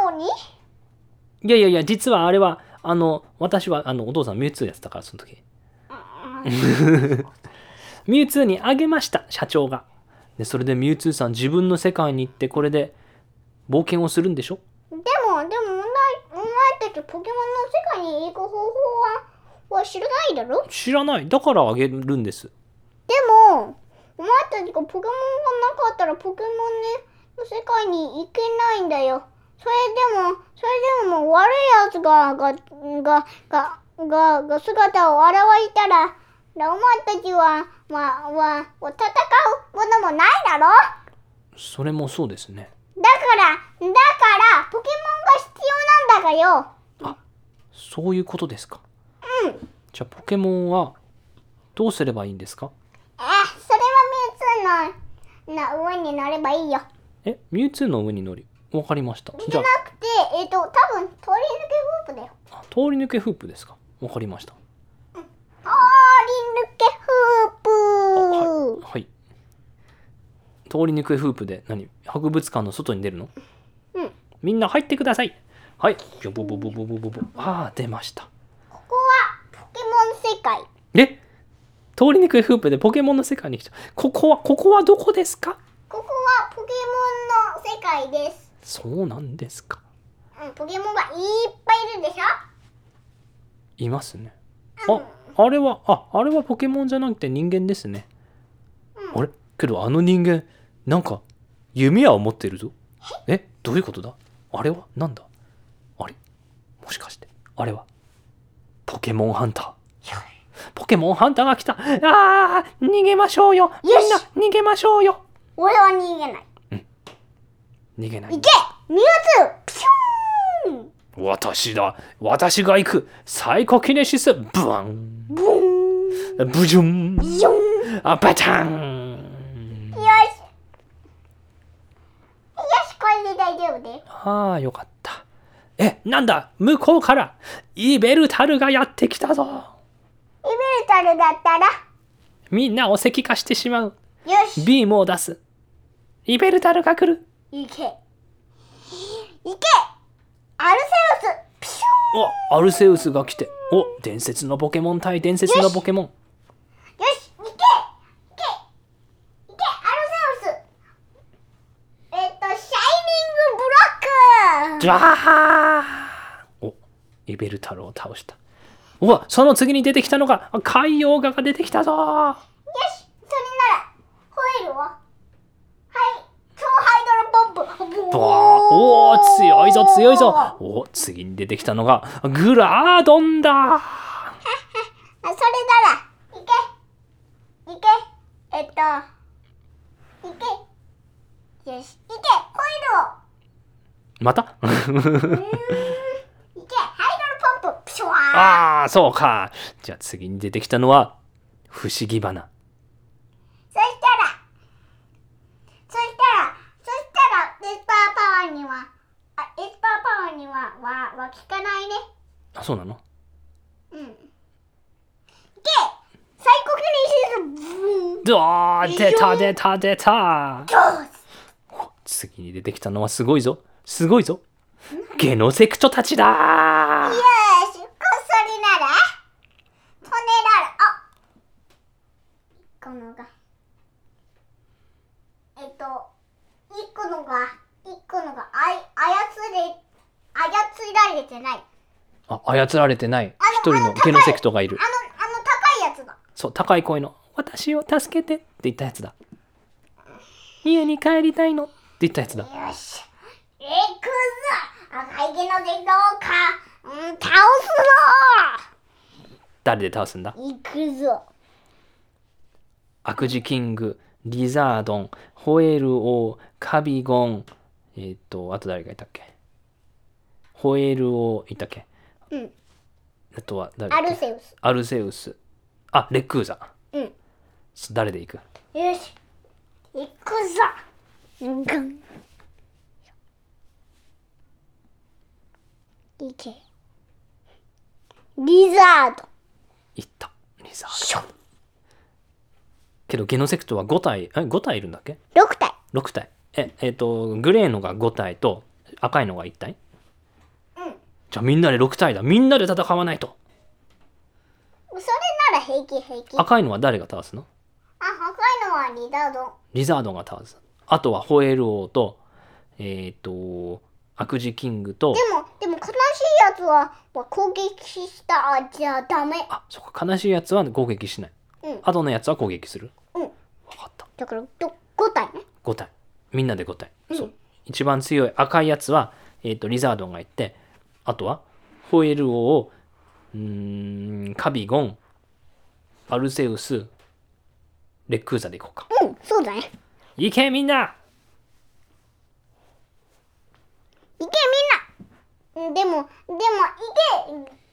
S2: げたのに
S1: いやいやいや、実はあれは、あの、私は、あの、お父さんミュウツーやってたから、その時。ミュウツーにあげました社長がでそれでミュウツーさん自分の世界に行ってこれで冒険をするんでしょ
S2: でもでもお前お前たちポケモンの世界に行く方法はは知らないだろ
S1: 知らないだからあげるんです
S2: でもお前たちがポケモンがなかったらポケモンねの世界に行けないんだよそれでもそれでももう悪いやつがががががが姿を現したらお前たちは、まあ、はは戦うものもないだろ
S1: それもそうですね
S2: から、だから、ポケモンが必要なんだがよ。
S1: そういうことですか
S2: うん。
S1: じゃあポケモンはどうすればいいんですか
S2: あ、それはミュウツーの、な、上に乗ればいいよ。
S1: えミュウツーの上に乗りわかりました
S2: じ
S1: じゃ
S2: ゃ
S1: あ
S2: なくて、えっ、と、多分、通り抜けフープだよ。
S1: あ通り抜けフープですかわかりました
S2: 通り抜けフープ。
S1: はい通り抜けフープで何博物館の外に出るの
S2: うん
S1: みんな入ってくださいはいボボボボボボボボああ出ました
S2: ここは、ポケモン世界。
S1: え通り抜けフープでポケモンの世界に来たここはここはどこですか
S2: ここは、ポケモンの世界です。
S1: そうなんですか
S2: うん、ポケモンがいっぱいいるでしょ
S1: いますね
S2: うん
S1: ああれはああれはポケモンじゃなくて人間ですねあれけどあの人間なんか弓矢を持ってるぞえどういうことだあれはなんだあれもしかしてあれはポケモンハンターポケモンハンターが来たあー逃げましょうよみん
S2: よし
S1: な逃げましょうよ
S2: 俺は逃げない。
S1: 逃げない
S2: 行けミュウツーピシューン
S1: 私だ私が行くサイコキネシスブワン
S2: ブーン
S1: ブジュン
S2: ビヨンよ
S1: あバチャン
S2: しよし、これで大丈夫だよ。
S1: ああよかったえなんだ向こうからイベルタルがやってきたぞ
S2: イベルタルだったら、
S1: みんなを石化してしまう
S2: よし、
S1: ビームを出すイベルタルが来る
S2: 行け。行けアルセウスピシ
S1: おアルセウスが来てお伝説のポケモン対伝説のポケモン
S2: ューンよし、行け行け行けアルセウスえっと、シャイニングブロック
S1: じゃあおイベルタルを倒したうわその次に出てきたのがあ海洋画が出てきたぞ
S2: よし、それなら、吠えるわ。はい、超ハイドロポンプ。ブー
S1: おおー強いぞ強いぞお次に出てきたのがグラードンだ
S2: あそれなら、行け。行け。えっと、行け。よし、行け、ホ
S1: また
S2: イルを。行け、ハイドロポンプ。プシュワー。
S1: ああそうかじゃあ次に出てきたのは不思議花
S2: そしたら、そしたら、そしたら、エスパーパワーには、あ、エスパーパワーには、は、は効かないね。
S1: あそうなの
S2: うん。行け、最高クリシス、ブーン。
S1: うわー
S2: いいよ
S1: 出た出た出た
S2: よし
S1: 次に出てきたのはすごいぞすごいぞゲノセクトたちだ
S2: よーし、こっそりなら、トネラル、あ一個のが、えっと、一個のが、一個のが、あい、操れ、操られてない。あの、
S1: あ操られてない
S2: あの
S1: 一人のゲノセクトがいる
S2: あの高いやつだ。
S1: そう高い声の「私を助けて」って言ったやつだ家に帰りたいのって言ったやつだ
S2: よし、いくぞ赤い毛の電動か、うん、倒
S1: 誰で倒すんだ
S2: すぞ行くぞ
S1: 悪事キング、リザードン、ホエル王、カビゴン、えっ、と、あと誰がいたっけホエル王いたっけ
S2: うん、
S1: あとは誰だ
S2: ア
S1: っけ
S2: ルセウス。
S1: アルセウス。あ、レクーザ。
S2: うん。
S1: そ誰で行く
S2: よし、行くぞ。うんぐん。いけ。リザード。
S1: 行った。リザード。
S2: しょ。
S1: けど、ゲノセクトは5体、え、5体いるんだっけ
S2: 六体。
S1: ?6 体。え、えっ、と、グレーのが5体と、赤いのが1体
S2: うん。
S1: じゃあみんなで6体だ。みんなで戦わないと。
S2: それなら平気平気。あ、
S1: 赤いのは誰が倒すの
S2: 赤いのはリザード。
S1: リザードンが倒す。あとはホエール王と、えっ、と、悪事キングと
S2: で、も、でも悲しいやつは、まあ攻撃したあじゃダメ。
S1: あ、そっか、悲しいやつは攻撃しない。
S2: うん
S1: 後のやつは攻撃する。
S2: うん
S1: わかった。
S2: だから、ど、五体ね。
S1: 5体。みんなで5体。そう。一番強い赤いやつは、えっ、と、リザードンが行って、あとは、ホエール王を、うーん、カビゴン、アルセウス、レックーザで行こう
S2: う
S1: か。
S2: ん、そうだね。
S1: いけみんな
S2: けみんなうんでもでもいけ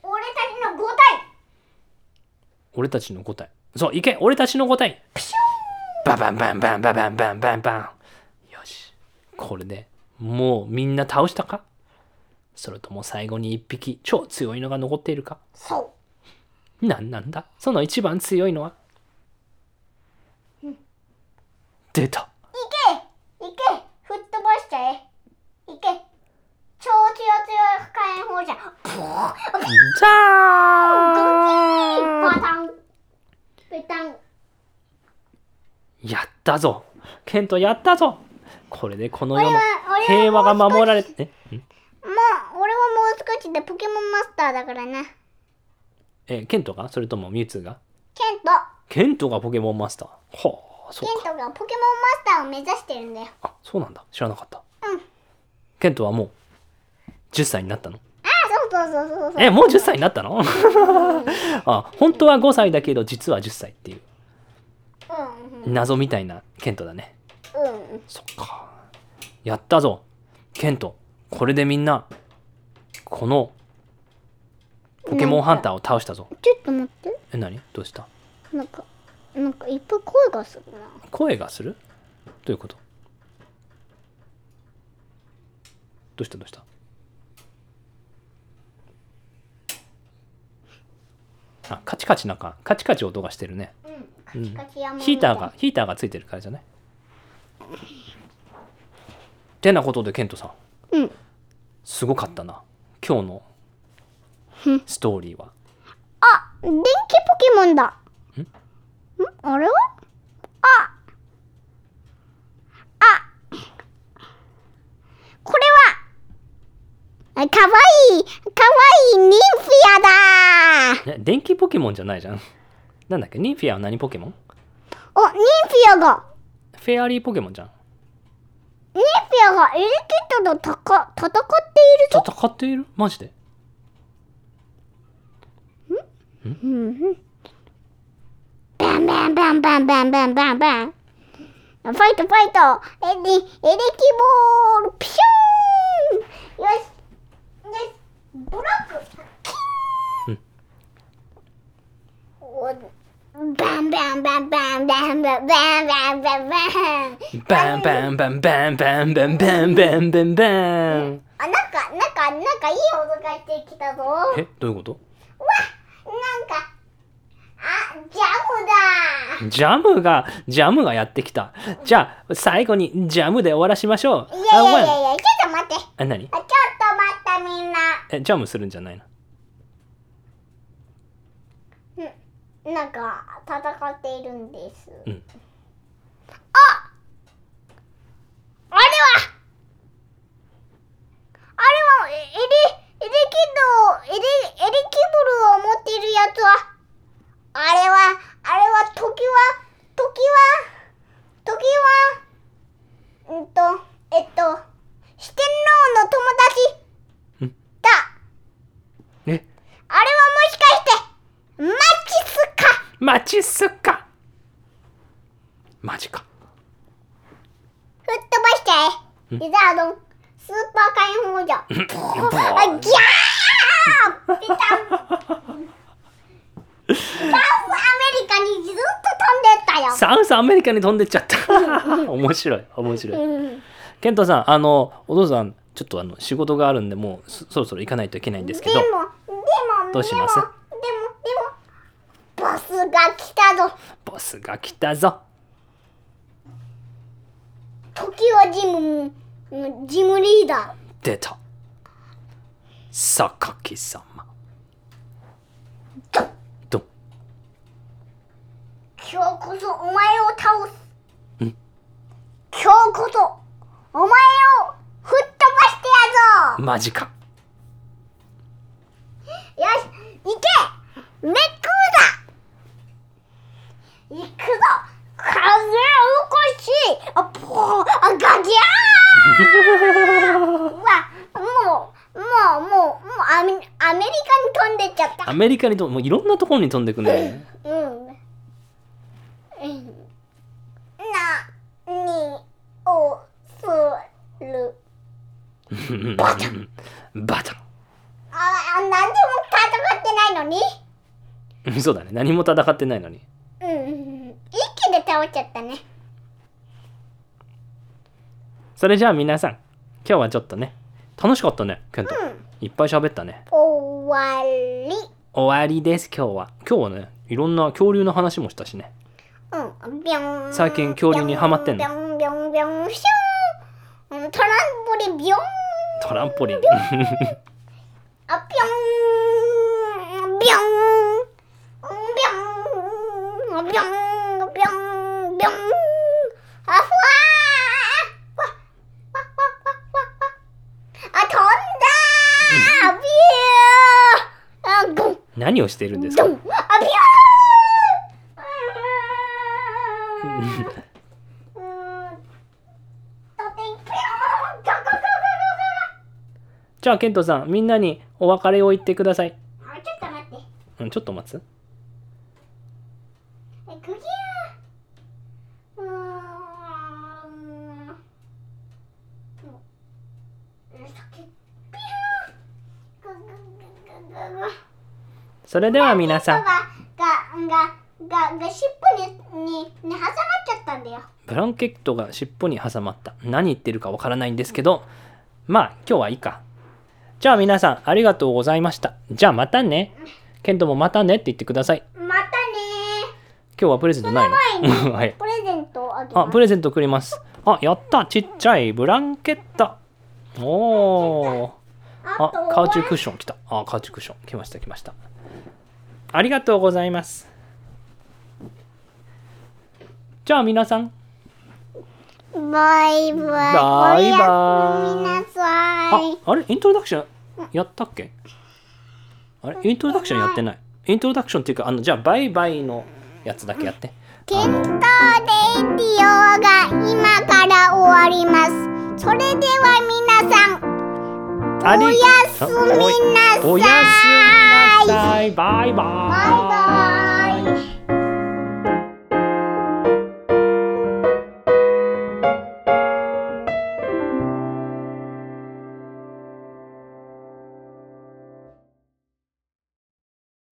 S2: 俺たちの5体
S1: 俺たちの答えそういけ俺たちの答えババンバンバンバンバンバンバンバンよしこれでもうみんな倒したかそれとも最後に一匹超強いのが残っているか
S2: そう
S1: なんなんだその一番強いのは出た
S2: いけ吹っ飛ばしちゃえいけ超強強い火炎放射ブー
S1: じゃ
S2: ガ
S1: ー
S2: チーンパタンペタン
S1: やったぞケントやったぞこれでこの世の
S2: 俺は俺は
S1: 平和が守られ
S2: もう
S1: てえ
S2: 少し
S1: ん
S2: もう俺はもう少しでポケモンマスターだからなケン
S1: えケントがそれともミュウツーが
S2: ト
S1: ケントがポケモンマスターはあそ
S2: ケ
S1: う
S2: ン
S1: か
S2: トがポケモンマスターを目指してるんだよ
S1: あそうなんだ知らなかった
S2: うん
S1: ケントはもう10歳になったの
S2: あそうそうそうそうそう
S1: えもう10歳になった のあ本当は5歳だけど実は10歳っていう
S2: う
S1: 謎みたいなケントだね
S2: んうんうん
S1: そっかやったぞケントこれでみんなこのポケモンハンターを倒したぞ
S2: ちょっと待って
S1: え何どうした
S2: なんかなんかいっぱい声がするな
S1: 声がするどういうことどうしたどうしたあカチカチなんかカチカチ音がしてるね
S2: うんカチカチ山みたい
S1: ヒーターがヒーターがついてるからじゃないてなことでケントさん
S2: うん
S1: すごかったな今日のストーリーは
S2: あ、電気ポケモンだ。んあれはあ。あ。これは、あかわいい、かわいいニンフィアだ
S1: ね電気ポケモンじゃないじゃんなんだっけニンフィアは何ポケモン
S2: お、ニンフィアが、
S1: フェアリーポケモンじゃん
S2: ニンフィアがエレキッドとたか戦っているぞ。
S1: 戦っているマジで
S2: バンバンバンバンバンバンバンバン。ファイトファイトエレエレキボールピューンよしよしブロックキューン、おバンバンバンバンバンバンバンバンバンバン
S1: バンバンバンバンバンバンバンバンバンバン
S2: あなんかなんかなんかいい音がしてきたぞわなん
S1: えどういうこと
S2: かあジャム
S1: ジャムがジャムがやってきたじゃあ最後にジャムで終わらしましょう
S2: だいやいやい
S1: あ
S2: やいやちょっと待ってあちょっ
S1: あ何
S2: と待ったみんな
S1: えジャムするんじゃないの
S2: うんなんか戦っているんです。
S1: うん
S2: あ、あれは、あれはエレエレキドエレエレキブルを持っているやつは、あれはあれは時は時は時は、うんとえっと四天王の友達
S1: ん
S2: だ。
S1: え
S2: あれはもしかしてマチスか？
S1: マチスカマジか
S2: 吹っ飛ばしちゃえリザードンスーパー火炎放射あギャーピ タンサウスアメリカにずっと飛んでったよ
S1: サウスアメリカに飛んでっちゃった 面白い面白い
S2: うん
S1: ケントさんあのお父さんちょっとあの仕事があるんでもうそそろそろ行かないといけないんですけ
S2: で
S1: ど
S2: もでも
S1: どうします
S2: でもでもでもボスが来たぞ
S1: ボスが来たぞ
S2: 時はジムうんジムリーダー
S1: 出た榊様ドン
S2: 今日こそお前を倒す
S1: ん
S2: 今日こそお前を吹っ飛ばしてやぞ
S1: マジか
S2: よし、行けめっくうだ行くぞ風を起こしあぽーあガギャーうわ、もう、もう、もう、もうアメアメリカに飛んでっちゃった
S1: ア。メリカにともういろんなところに飛んでくんだよね
S2: うん。うんな、に、を、する。
S1: うんバタンバタ
S2: ああ何でも戦ってないのに
S1: ン そうだね何も戦ってないのに
S2: うんうんうん一気で倒っちゃったね
S1: それじゃあ皆さん今日はちょっとね楽しかったねケント
S2: うん
S1: いっぱい喋ったね
S2: 終わり
S1: 終わりです今日は今日はねいろんな恐竜の話もしたしね
S2: うんビョン
S1: 最近恐竜にハマってんの
S2: ビョンビョンビョンシューンうんトランポリンビョン
S1: トランポリン
S2: あビョンビョンビョンビョンビョンビョンあふわーわわわわわあ飛んだービューあゴン
S1: 何をしているんです
S2: ド
S1: か
S2: ンあビューうーんとてんぴょーんガガガガガ
S1: じゃあケントさんみんなにお別れを言ってください、
S2: ガガあちょっと待って
S1: うん、ちょっと待つ
S2: えクギャーうーんうん先っぴょーんガガガガガガ
S1: それでは皆さ
S2: が
S1: ん
S2: ががが尻尾ににに挟まっちゃったんだよ
S1: ブランケットが尻尾に挟まった何言ってるかわからないんですけどまあ今日はいいかじゃあ皆さんありがとうございましたじゃあまたねケントもまたねって言ってください
S2: またね
S1: 今日はプレゼントないの
S2: そ
S1: はい
S2: ープレゼントをあげ
S1: あ
S2: ま
S1: プ
S2: す
S1: レゼントくれますあやったちっちゃいブランケットおー
S2: あ
S1: あ
S2: とは
S1: カウチクッション来たあカウチクッション来ました来ましたありがとうございますじゃあ皆さん
S2: バイバイ
S1: バイバ
S2: お
S1: イ
S2: やすみなさい
S1: ああれイントロダクションやったっけあれイントロダクションやってないイントロダクションっていうかあのじゃあバイバイのやつだけやって
S2: 検討レディオが今から終わりますそれでは皆さん
S1: あり
S2: おやすみなさい
S1: おやすみなさいバイバ
S2: バイ
S1: イ
S2: バイ